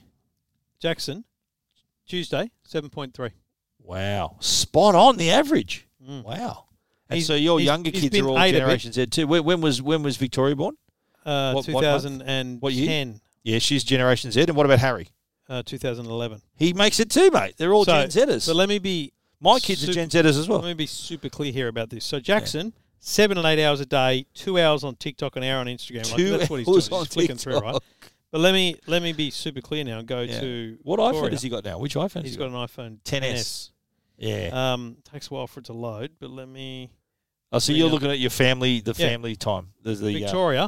S2: Jackson, Tuesday, 7.3.
S1: Wow. Spot on the average.
S2: Mm.
S1: Wow. And
S2: He's-
S1: so your
S2: he's-
S1: younger
S2: he's
S1: kids
S2: been
S1: are all
S2: eight a bit.
S1: Generation Z too. When, when was when was Victoria born?
S2: Uh,
S1: What- what month?
S2: 2010.
S1: What year? Yeah, she's Generation Z. And what about Harry?
S2: Uh, 2011.
S1: He makes it too, mate. They're all Gen Zers. Oh.
S2: So let me be
S1: My kids
S2: super-
S1: are Gen Zers as
S2: let
S1: well.
S2: me be super clear here about this. So Jackson, seven and eight hours a day, two hours on TikTok, an hour on Instagram. Like,
S1: Two
S2: that's what he's doing.
S1: hours
S2: He's
S1: on
S2: flicking through, right?
S1: TikTok.
S2: But let me let me be super clear now and go
S1: Yeah.
S2: to
S1: What
S2: Victoria.
S1: iPhone has he got Uh, now? Which iPhone? has
S2: He's
S1: he
S2: got an iPhone
S1: 10S. Yeah.
S2: 10S. Um, takes a while for it to load, but let me
S1: oh, so
S2: bring
S1: you're
S2: up-
S1: looking at your family, the
S2: Yeah.
S1: family time. There's the
S2: Victoria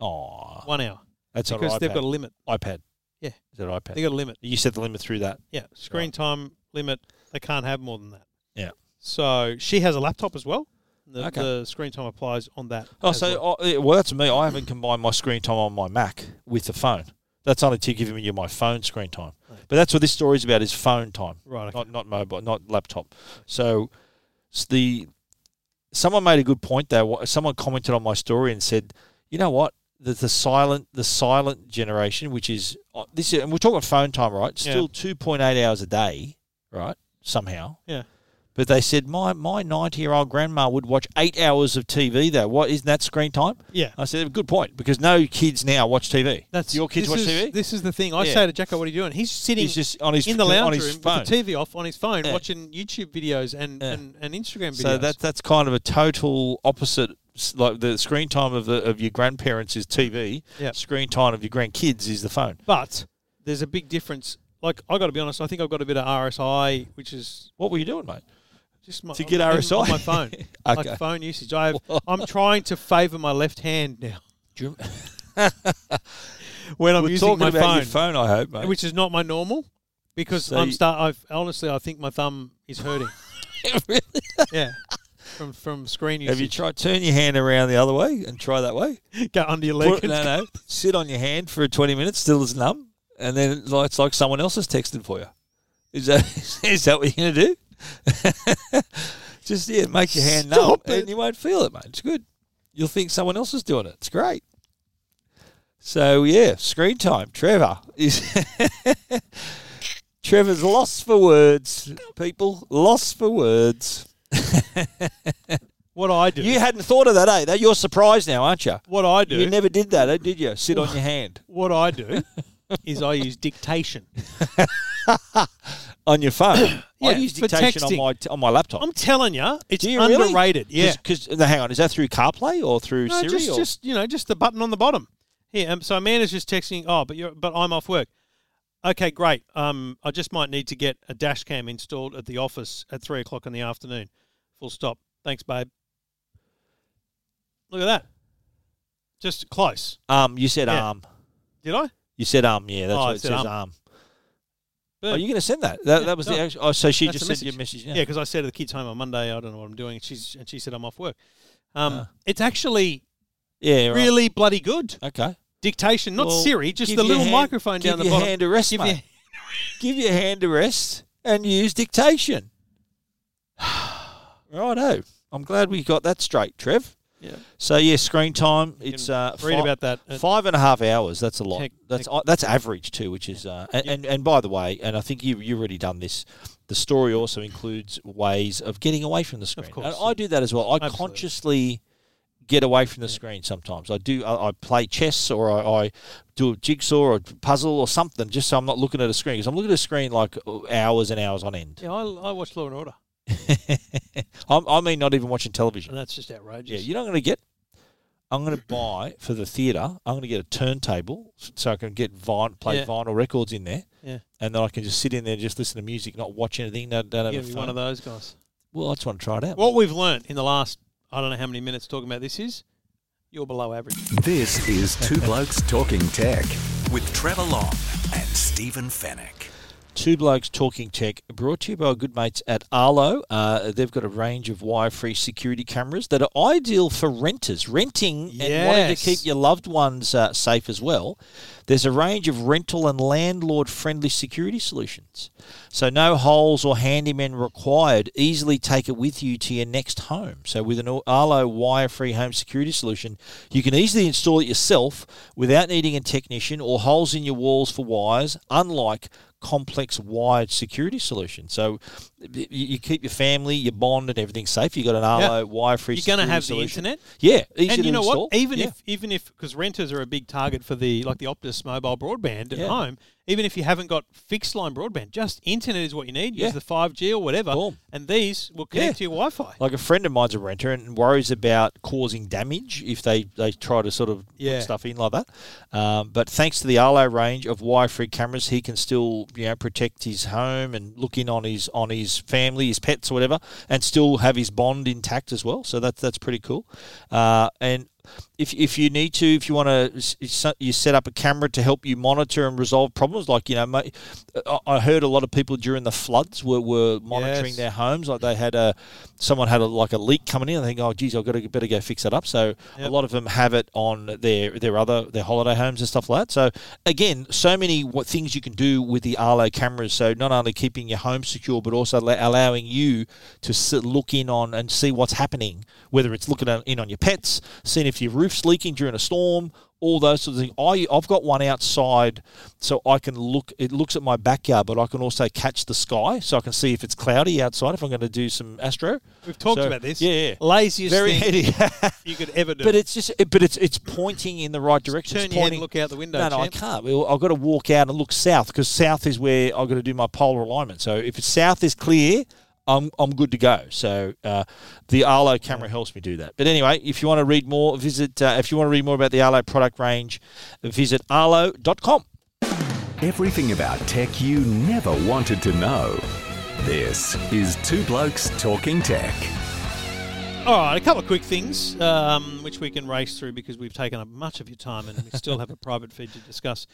S1: Uh, aw,
S2: one hour
S1: that's on
S2: because
S1: iPad.
S2: they've got a limit.
S1: iPad.
S2: Yeah.
S1: Is that iPad?
S2: They got a limit.
S1: you set the limit through that.
S2: Yeah, screen
S1: Right.
S2: time limit. They can't have more than that.
S1: Yeah.
S2: So she has a laptop as well. The,
S1: Okay.
S2: the screen time applies on that.
S1: Oh,
S2: as well.
S1: so I, yeah, well, that's me. I haven't combined my screen time on my Mac with the phone. That's only to give you my phone screen time. But that's what this story's about: is phone time,
S2: right. Okay.
S1: not not mobile, not laptop. So s- the someone made a good point there. Wha- Someone commented on my story and said, "You know what? The, the silent the silent generation, which is uh, this, is- and we're talking phone time, right?
S2: Yeah.
S1: Still two point eight hours a day, right? Somehow,
S2: Yeah.
S1: but they said my my ninety year old grandma would watch eight hours of TV. There, what isn't that screen time?
S2: Yeah.
S1: I said, good point, because no kids now watch TV.
S2: Uh, That's
S1: Do your kids
S2: this
S1: watch
S2: is,
S1: TV.
S2: This is the thing. I
S1: Yeah.
S2: say to Jacko, "What are you doing?" He's sitting
S1: He's just on his
S2: in the lounge
S1: on his
S2: room
S1: phone.
S2: with the TV off on his phone,
S1: Yeah.
S2: watching YouTube videos and,
S1: Yeah.
S2: and, and Instagram videos.
S1: So that that's kind of a total opposite. s- Like the screen time of the of your grandparents is TV.
S2: Yeah.
S1: Screen time of your grandkids is the phone.
S2: but there's a big difference. Like I got to be honest, I think I've got a bit of RSI, which is
S1: What were you doing, mate?
S2: just my,
S1: To get
S2: on-
S1: RSI?
S2: on my phone,
S1: Okay.
S2: like phone usage. I have, I'm trying to favour my left hand now when I'm
S1: we're
S2: using
S1: talking
S2: my
S1: about
S2: phone,
S1: your phone. I hope, mate.
S2: which is not my normal because
S1: So
S2: I'm
S1: you-
S2: start. I've honestly, I think my thumb is hurting.
S1: Really?
S2: yeah, from from screen usage.
S1: Have you tried turn your hand around the other way and try that way?
S2: go under your leg?
S1: Put,
S2: and
S1: no, no. Sit on your hand for twenty minutes, still as numb, and then it's like- it's like someone else has texted for you. Is that is that what you're gonna do? Just yeah, make your hand numb,
S2: Stop it.
S1: and you won't feel it, mate. It's good. You'll think someone else is doing it. It's great. So yeah, screen time. Trevor is Trevor's lost for words. People lost for words.
S2: What I do.
S1: You hadn't thought of that, eh? That you're surprised now, aren't you?
S2: what I do.
S1: You never did that, eh, did you? Sit on your hand.
S2: what I do is I use dictation.
S1: on your phone.
S2: Yeah,
S1: I use
S2: for
S1: dictation on
S2: texting.
S1: my on my laptop.
S2: I'm telling you, it's
S1: Do you really?
S2: underrated. Yeah.
S1: because hang on, is that through CarPlay or through
S2: No,
S1: Siri?
S2: just,
S1: or?
S2: just you know, just the button on the bottom. Here, um, so Amanda's just texting. Oh, but you're, but I'm off work. Okay, great. Um, I just might need to get a dash cam installed at the office at three o'clock in the afternoon. Full stop. Thanks, babe. Look at that. Just close.
S1: um, you said
S2: Yeah.
S1: um,
S2: Did I?
S1: you said um, yeah, that's
S2: Oh, I
S1: what it
S2: said,
S1: says um.
S2: um. Boom.
S1: Are you going to send that? That,
S2: Yeah,
S1: that was the
S2: done.
S1: actual. Oh, so she
S2: That's
S1: just
S2: the
S1: sent you a message.
S2: Yeah,
S1: Yeah.
S2: because I said to the kids home on Monday, I don't know what I'm doing. And she's and she said I'm off work. Um,
S1: Ah.
S2: it's actually
S1: Yeah, right.
S2: really bloody good
S1: Okay.
S2: dictation, not
S1: Well,
S2: Siri, just
S1: give
S2: the
S1: your
S2: little
S1: hand-
S2: microphone
S1: give
S2: down the
S1: your
S2: bottom.
S1: hand a rest,
S2: Give
S1: mate.
S2: your-
S1: give your hand a rest and use dictation. Righto. I'm glad we got that straight, Trev.
S2: Yeah.
S1: So yeah, screen time. It's
S2: can
S1: uh,
S2: read
S1: fi-
S2: about that at-
S1: five and a half hours. That's a lot.
S2: Tech-
S1: that's uh, that's average too, which is uh, and, and and by the way, and I think you you already done this. The story also includes ways of getting away from the screen.
S2: course,
S1: and
S2: yeah.
S1: I do that as well. I
S2: Absolutely.
S1: consciously get away from the screen sometimes. I do. I, I play chess or I, I do a jigsaw or a puzzle or something, just so I'm not looking at a screen. Because I'm looking at a screen like uh, hours and hours on end.
S2: Yeah, I, I watch Law and Order,
S1: I'm, I mean, not even watching television.
S2: and that's just outrageous.
S1: Yeah, you're not going to get. I'm going to buy for the theatre. I'm going to get a turntable s- so I can get vin- play
S2: Yeah.
S1: vinyl records in there,
S2: yeah.
S1: and then I can just sit in there and just listen to music, not watch anything. No, don't have a
S2: You're gonna be
S1: phone.
S2: one of those guys.
S1: Well, I just want to try it out.
S2: What we've learnt in the last, I don't know how many minutes talking about this is, you're below average.
S3: This is Two Blokes Talking Tech with Trevor Long and Stephen Fennec.
S1: Two Blokes Talking Tech, brought to you by our good mates at Arlo. Uh, they've got a range of wire free security cameras that are ideal for renters, renting and wanting to
S2: Yes.
S1: keep your loved ones uh, safe as well. There's a range of rental and landlord friendly security solutions. So, no holes or handymen required. Easily take it with you to your next home. So, with an Arlo wire free home security solution, you can easily install it yourself without needing a technician or holes in your walls for wires, unlike complex wired security solution. So you, you keep your family, your bond, and everything safe. You've got an Arlo
S2: Yeah.
S1: wire free.
S2: You're going to
S1: to
S2: have the internet,
S1: Yeah, easy
S2: and
S1: to
S2: you know
S1: install.
S2: what? Even
S1: Yeah.
S2: if even if because renters are a big target for the like the Optus mobile broadband at
S1: Yeah.
S2: home. Even if you haven't got fixed line broadband, just internet is what you need.
S1: Yeah.
S2: Use the five G or whatever,
S1: Boom.
S2: and these will connect
S1: Yeah.
S2: to your Wi-Fi.
S1: Like a friend of mine's a renter and worries about causing damage if they, they try to sort of
S2: Yeah.
S1: put stuff in like that. Um, but thanks to the Arlo range of wire-free cameras, he can still you know protect his home and look in on his on his family, his pets, or whatever, and still have his bond intact as well. So that's that's pretty cool. Uh, and if if you need to, if you want to, you set up a camera to help you monitor and resolve problems. Like you know, ma- I- I heard a lot of people during the floods were, were monitoring
S2: Yes.
S1: their homes. Like they had a someone had a, like a leak coming in. I think, oh geez, I've got to better go fix that up. So a
S2: Yep.
S1: lot of them have it on their their other their holiday homes and stuff like that. So again, so many what things you can do with the Arlo cameras. So not only keeping your home secure, but also la- allowing you to sit, look in on and see what's happening. Whether it's looking on- in on your pets, seeing if your roof's leaking during a storm, all those sorts of things. I I've got one outside, so I can look. It looks at my backyard, but I can also catch the sky, so I can see if it's cloudy outside. If I'm going to do some astro,
S2: We've talked
S1: So,
S2: about this.
S1: yeah, yeah.
S2: Laziest
S1: very
S2: thing
S1: handy.
S2: you could ever do.
S1: But it's just, it, but it's it's pointing in the right direction.
S2: Turn
S1: it's
S2: your head
S1: pointing.
S2: and look out the window.
S1: no, no, I
S2: champ.
S1: can't. Well, I've got to walk out and look south because south is where I've got to do my polar alignment. So if it's south is clear, I'm I'm good to go. So uh, the Arlo camera helps me do that. But anyway, if you want to read more, visit. Uh, if you want to read more about the Arlo product range, visit arlo.com.
S3: Everything about tech you never wanted to know. This is Two Blokes Talking Tech.
S2: All right, a couple of quick things um, which we can race through because we've taken up much of your time and we still have a private feed to discuss.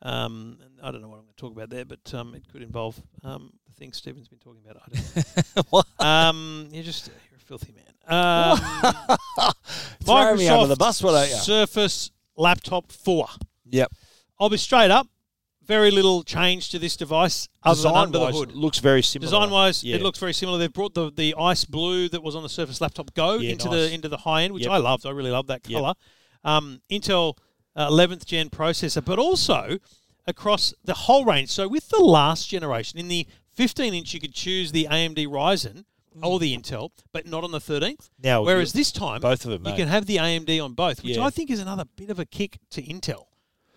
S2: Um, and I don't know what I'm going to talk about there, but um, it could involve um, the things Stephen's been talking about. I don't know. um, you're just you're a filthy man. Um,
S1: Throw me under the
S2: Microsoft
S1: bus, why don't you?
S2: Surface Laptop 4.
S1: Yep.
S2: I'll be straight up. Very little change to this device other than under the
S1: Design-wise,
S2: hood.
S1: looks very similar.
S2: Design wise,
S1: Yeah.
S2: it looks very similar. They've brought the, the ice blue that was on the Surface Laptop Go
S1: Yeah,
S2: into
S1: nice.
S2: the into the high end, which
S1: Yep.
S2: I loved. I really loved that
S1: Yep.
S2: color. Um, Intel uh, 11th gen processor, but also across the whole range. So with the last generation, in the 15 inch, you could choose the AMD Ryzen or the Intel, but not on the 13th.
S1: Mm. Now,
S2: whereas this time,
S1: both of them,
S2: you
S1: eh?
S2: can have the AMD on both, which
S1: Yeah.
S2: I think is another bit of a kick to Intel.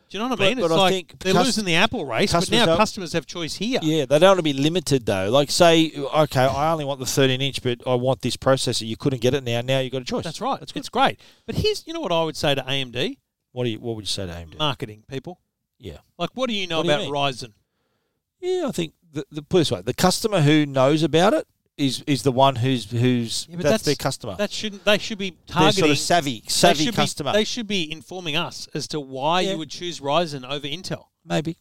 S2: Do you know what
S1: But-
S2: I mean?
S1: but
S2: it's
S1: I
S2: like
S1: think
S2: they're
S1: cust-
S2: losing the Apple race, but
S1: customers
S2: now
S1: don't-
S2: customers have choice here.
S1: Yeah, they don't want to be limited though. Like, say, okay, I only want the 13 inch, but I want this processor. You couldn't get it now. Now you've got a choice.
S2: That's right. It's great. But here's, you know what I would say to AMD?
S1: What do you? What would you say to AMD?
S2: Marketing people.
S1: yeah,
S2: Like, what do you know
S1: What do you
S2: about
S1: mean?
S2: Ryzen?
S1: yeah. I think the, the put it this way, the customer who knows about it is is the one who's who's
S2: Yeah, but
S1: that's, their customer.
S2: That shouldn't. They should be
S1: They're
S2: targeting.
S1: sort of savvy,
S2: they
S1: savvy
S2: should
S1: customer.
S2: Be, they should be informing us as to why
S1: Yeah.
S2: you would choose Ryzen over Intel.
S1: Maybe.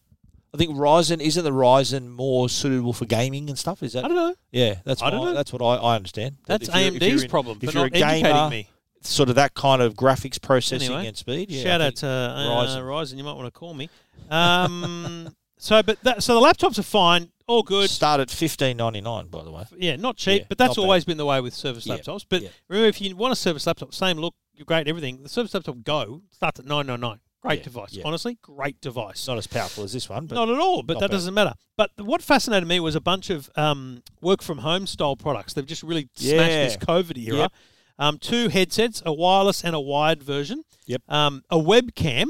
S1: I think Ryzen isn't the Ryzen more suitable for gaming and stuff. Is that?
S2: I don't know.
S1: Yeah, that's
S2: I
S1: what
S2: don't know.
S1: that's what I, I understand. That
S2: That's
S1: if you're- if you're
S2: AMD's
S1: in-
S2: problem
S1: If
S2: for
S1: you're
S2: not
S1: a gamer,
S2: educating me.
S1: sort of that kind of graphics processing
S2: Anyway,
S1: and speed. Yeah, I
S2: Shout out
S1: think-
S2: to uh,
S1: Ryzen.
S2: Ryzen. Ryzen. You might want to call me. Um, so, but that, so the laptops are fine. All good.
S1: Start at fifteen ninety nine, by the way.
S2: Yeah, not cheap,
S1: Yeah,
S2: but that's
S1: not bad.
S2: always been the way with Surface
S1: Yeah,
S2: laptops. But
S1: yeah.
S2: remember, if you want a Surface laptop, same look, you're great, everything. The Surface laptop Go starts at nine nine nine. Great
S1: Yeah,
S2: device,
S1: yeah.
S2: honestly, great device.
S1: It's not as powerful as this one, but
S2: Not at all, but
S1: not
S2: that
S1: bad.
S2: doesn't matter. But th- what fascinated me was a bunch of um, work from home style products. They've just really
S1: Yeah.
S2: smashed this COVID era.
S1: Yep.
S2: Um, two headsets, a wireless and a wired version.
S1: Yep.
S2: Um, a webcam,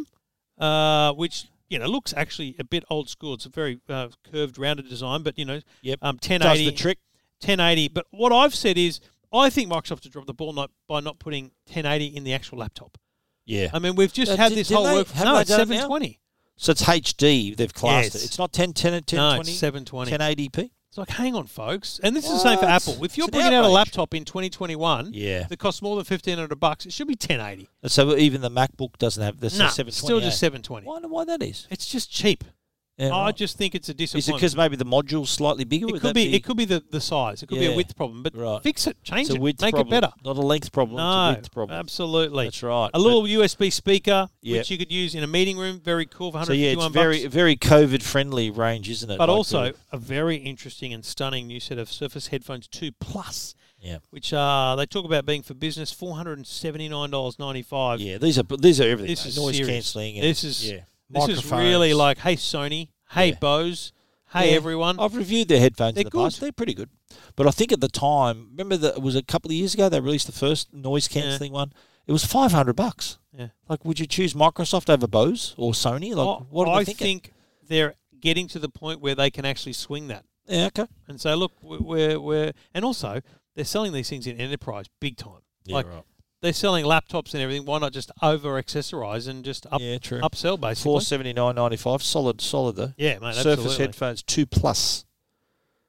S2: uh, which you know looks actually a bit old school. It's a very uh, curved, rounded design, but you know,
S1: Yep.
S2: um,
S1: does
S2: 1080
S1: the trick.
S2: 1080. But what I've said is, I think Microsoft has dropped the ball not, by not putting 1080 in the actual laptop.
S1: Yeah.
S2: I mean, we've just
S1: Uh,
S2: had
S1: did-
S2: this
S1: did
S2: whole
S1: they-
S2: work.
S1: have
S2: no,
S1: they
S2: it's
S1: done it now?
S2: 720.
S1: so it's HD. They've classed
S2: Yes.
S1: it. It's not 10, 10, 10,
S2: no,
S1: 20,
S2: it's 720.
S1: 1080p.
S2: It's like, hang on, folks. And this is the same for
S1: What?
S2: Apple. If you're
S1: It's an
S2: bringing out a
S1: outrage.
S2: laptop in 2021
S1: Yeah.
S2: that costs more than 1500 bucks, it should be 1080.
S1: So even the MacBook doesn't have this.
S2: No,
S1: seven twenty.
S2: still just 720.
S1: Why? Why that is?
S2: It's just cheap.
S1: Yeah,
S2: I
S1: right.
S2: just think it's
S1: is
S2: a
S1: it
S2: disappointment.
S1: because maybe the module's slightly bigger?
S2: it
S1: Would
S2: could
S1: that
S2: be, it could be the, the size. It could be
S1: Yeah.
S2: a width problem, but
S1: Right.
S2: fix it, change
S1: It's a
S2: it,
S1: width
S2: make
S1: problem,
S2: it better.
S1: Not a length problem.
S2: No,
S1: it's a width problem.
S2: absolutely.
S1: That's right.
S2: A little USB speaker,
S1: Yeah.
S2: which you could use in a meeting room. Very cool for
S1: But- so yeah,
S2: 151
S1: it's
S2: bucks.
S1: very very COVID friendly range, isn't it?
S2: but
S1: Like
S2: also
S1: the-
S2: a very interesting and stunning new set of Surface Headphones 2 Plus,
S1: yeah,
S2: which uh, they talk about being for business $479.95.
S1: yeah. These are these are everything.
S2: This
S1: mate.
S2: is
S1: noise
S2: serious.
S1: cancelling. and-
S2: This is
S1: yeah.
S2: this is really
S1: Microphones.
S2: like, hey Sony, hey
S1: Yeah.
S2: Bose, hey
S1: Yeah. Oh,
S2: everyone.
S1: I've reviewed their headphones
S2: They're
S1: in the past.
S2: good.
S1: They're pretty good. But I think at the time, remember that it was a couple of years ago they released the first noise cancelling one. It was five hundred bucks.
S2: Yeah.
S1: Like, would you choose Microsoft over Bose or Sony? Like,
S2: I-
S1: what are
S2: I
S1: they thinking?
S2: think they're getting to the point where they can actually swing that
S1: yeah, okay.
S2: and say, look, we- we're we're and also they're selling these things in enterprise big time. like
S1: right.
S2: they're selling laptops and everything. Why not just over accessorize and just up,
S1: yeah, true.
S2: upsell basically?
S1: Four seventy nine ninety five. Solid, solid though.
S2: Yeah, mate,
S1: Surface
S2: absolutely.
S1: headphones two plus.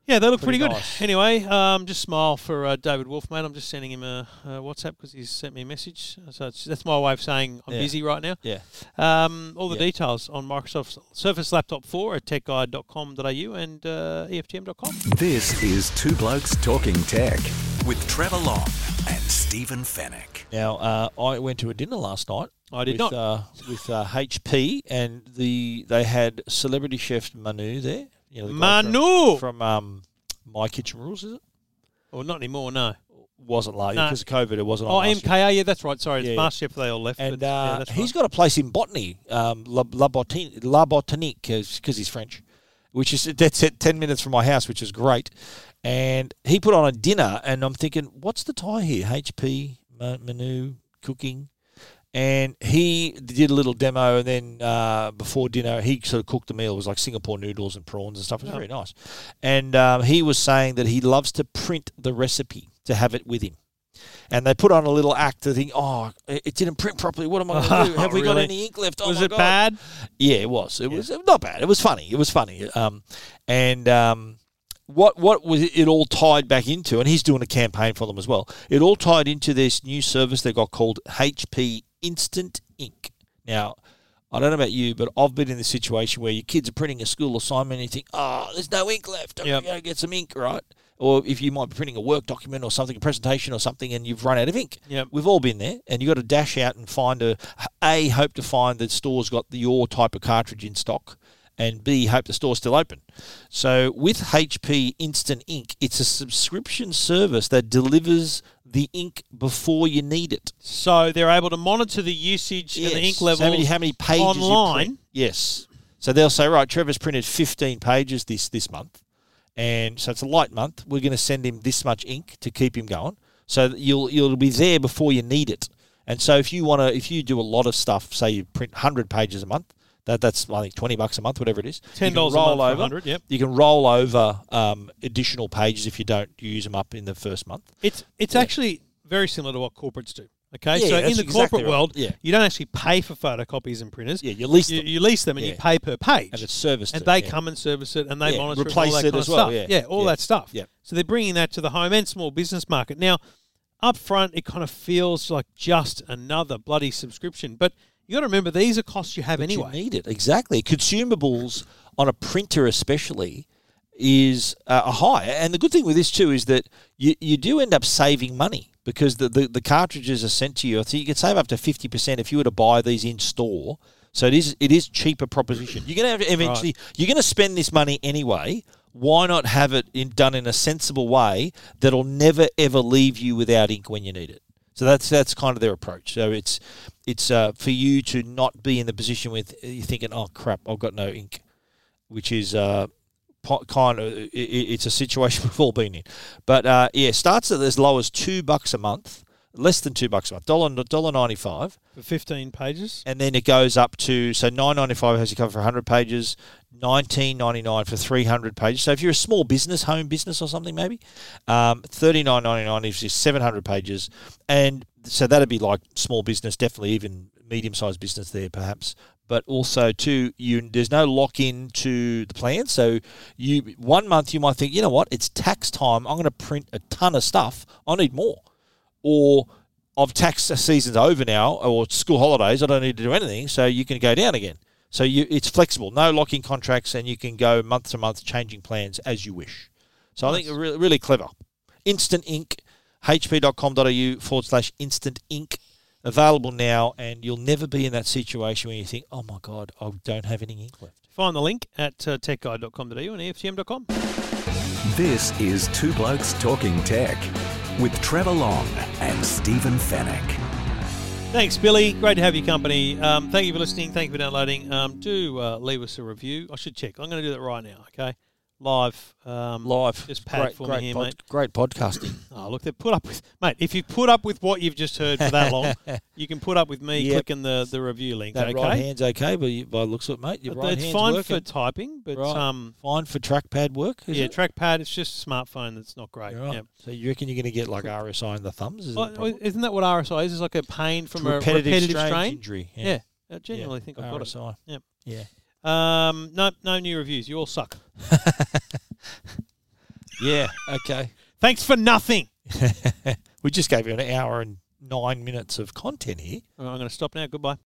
S2: Yeah, they look pretty,
S1: Pretty
S2: good.
S1: nice.
S2: Anyway, um, just smile for uh, David Wolf, mate. I'm just sending him a, a WhatsApp because he's sent me a message. So it's, that's my way of saying I'm
S1: Yeah.
S2: busy right now.
S1: Yeah.
S2: Um, all the
S1: Yeah.
S2: details on Microsoft's Surface Laptop 4 at techguide.com.au and uh, EFTM.com.
S3: This is Two Blokes Talking Tech with Trevor Long and Stephen Fennec.
S1: Now, uh, I went to a dinner last night.
S2: I did
S1: with,
S2: not.
S1: Uh, with uh, HP, and the they had celebrity chef Manu there. You know, the guy from-
S2: Manu!
S1: from, um, My Kitchen Rules, is it?
S2: Well, not anymore, no.
S1: Wasn't last
S2: No.
S1: because of COVID. It wasn't.
S2: Oh,
S1: on last year.
S2: MKA, yeah, that's right. Sorry, it's
S1: Yeah, yeah.
S2: MasterChef they all left.
S1: And
S2: but, yeah,
S1: uh,
S2: that's
S1: he's
S2: right.
S1: got a place in Botany, um, La, La, Botin- La Botanique, because he's French, which is that's at ten minutes from my house, which is great. And he put on a dinner, and I'm thinking, what's the tie here? HP Ma- Manu cooking, and he did a little demo, and then uh, before dinner, he sort of cooked the meal. It was like Singapore noodles and prawns and stuff. It was very nice. And um, he was saying that he loves to print the recipe to have it with him and they put on a little act to think, oh, it it didn't print properly. What am I going to do? Have we got
S2: Really?
S1: any ink left? Oh
S2: Was
S1: my
S2: it
S1: God.
S2: bad?
S1: Yeah, it was. It was not bad. It was funny. It was funny. Um, and um, what what was it, it all tied back into? And he's doing a campaign for them as well. It all tied into this new service they got called HP Instant Ink. Now. I don't know about you, but I've been in the situation where your kids are printing a school assignment and you think, oh, there's no ink left. I'm
S2: Yep.
S1: going to get some ink, right? Or if you might be printing a work document or something, a presentation or something, and you've run out of ink.
S2: Yep.
S1: We've all been there, and you got to dash out and find a a hope to find that store's got the, your type of cartridge in stock, and b hope the store's still open. So with HP Instant Ink, it's a subscription service that delivers the ink before you need it.
S2: So they're able to monitor the usage and the ink level
S1: How many, how many pages you print.
S2: online.
S1: Yes. So they'll say, right, Trevor's printed 15 pages this this month, and so it's a light month. We're going to send him this much ink to keep him going. So that you'll you'll be there before you need it. And so if you want to, if you do a lot of stuff, say you print 100 pages a month, that that's I think 20 bucks a month, whatever it is. you can
S2: $10 a
S1: roll
S2: month for
S1: over.
S2: 100, yep.
S1: You can roll over um, additional pages if you don't use them up in the first month.
S2: It's it's actually very similar to what corporates do. Okay,
S1: Yeah,
S2: so in
S1: that's
S2: the
S1: exactly
S2: corporate
S1: right.
S2: world,
S1: Yeah.
S2: you don't actually pay for photocopies and printers.
S1: Yeah, you lease
S2: you,
S1: them.
S2: you lease them and you
S1: Yeah.
S2: pay per page,
S1: And it's serviced
S2: and
S1: to,
S2: they
S1: yeah.
S2: come and service it and they
S1: Yeah,
S2: monitor it and
S1: replace
S2: all that
S1: it
S2: kind
S1: as
S2: of
S1: well,
S2: stuff.
S1: yeah.
S2: all
S1: Yeah.
S2: that stuff.
S1: Yeah.
S2: So they're bringing that to the home and small business market now. Up front, it kind of feels like just another bloody subscription, but you got to remember these are costs you have
S1: But
S2: anyway.
S1: You need it exactly. Consumables on a printer, especially, is uh, a high. And the good thing with this too is that you, you do end up saving money because the, the the cartridges are sent to you. I think you can save up to fifty percent if you were to buy these in store. So it is it is cheaper proposition. You're gonna have to eventually you're gonna spend this money anyway. Why not have it in, done in a sensible way that'll never ever leave you without ink when you need it? So that's that's kind of their approach. So it's it's uh, for you to not be in the position with you thinking, oh crap, I've got no ink, which is uh, po- kind of uh, i- i it's a situation we've all been in. But uh, yeah, starts at as low as two bucks a month, less than two bucks a month, dollar dollar ninety five,
S2: For 15 pages.
S1: and then it goes up to so nine ninety five has you covered for hundred pages, nineteen ninety nine for three hundred pages. So if you're a small business, home business or something, maybe um, thirty nine ninety nine is just seven hundred pages, and so that'd be like small business, definitely even medium sized business there perhaps. But also too, you there's no lock in to the plan. So you one month you might think, you know what, it's tax time. I'm going to print a ton of stuff. I need more or of tax season's over now or school holidays, I don't need to do anything, so you can go down again. So you, it's flexible, no locking contracts, and you can go month to month changing plans as you wish. So I think really, really clever. Instant Ink, hp.com.au forward slash instant ink, available now, and you'll never be in that situation where you think, oh my God, I don't have any ink left.
S2: Find the link at uh, techguide.com.au and EFTM.com.
S3: This is Two Blokes Talking Tech with Trevor Long and Stephen Fennec.
S2: Thanks, Billy. Great to have your company. Um, thank you for listening. Thank you for downloading. Um, do uh, leave us a review. I should check. I'm going to do that right now. Okay, live. Um,
S1: Live.
S2: Just pad for me here, mate.
S1: Great podcasting.
S2: Oh, look, they put up with mate. If you put up with what you've just heard for that long, you can put up with me
S1: Yep.
S2: clicking the, the review link.
S1: That
S2: okay,
S1: right hand's okay, but you, by the looks of it, mate, your
S2: But
S1: right
S2: it's
S1: hand's
S2: fine
S1: working.
S2: for typing, but
S1: Right.
S2: um,
S1: fine for trackpad work. Is
S2: yeah,
S1: it?
S2: trackpad. It's just a smartphone that's not great.
S1: Right.
S2: Yeah.
S1: So you reckon you're going to get like RSI in the thumbs? Is that
S2: Well,
S1: probably-
S2: isn't that what RSI is? It's like a pain from a
S1: repetitive,
S2: repetitive
S1: strain,
S2: strain.
S1: injury?
S2: Yeah. I genuinely think I've got it.
S1: RSI.
S2: Yeah.
S1: Yeah.
S2: Um, no, no new reviews. You all suck.
S1: Yeah. Okay.
S2: Thanks for nothing.
S1: we just gave you an hour and nine minutes of content here.
S2: I'm going to stop now. Goodbye.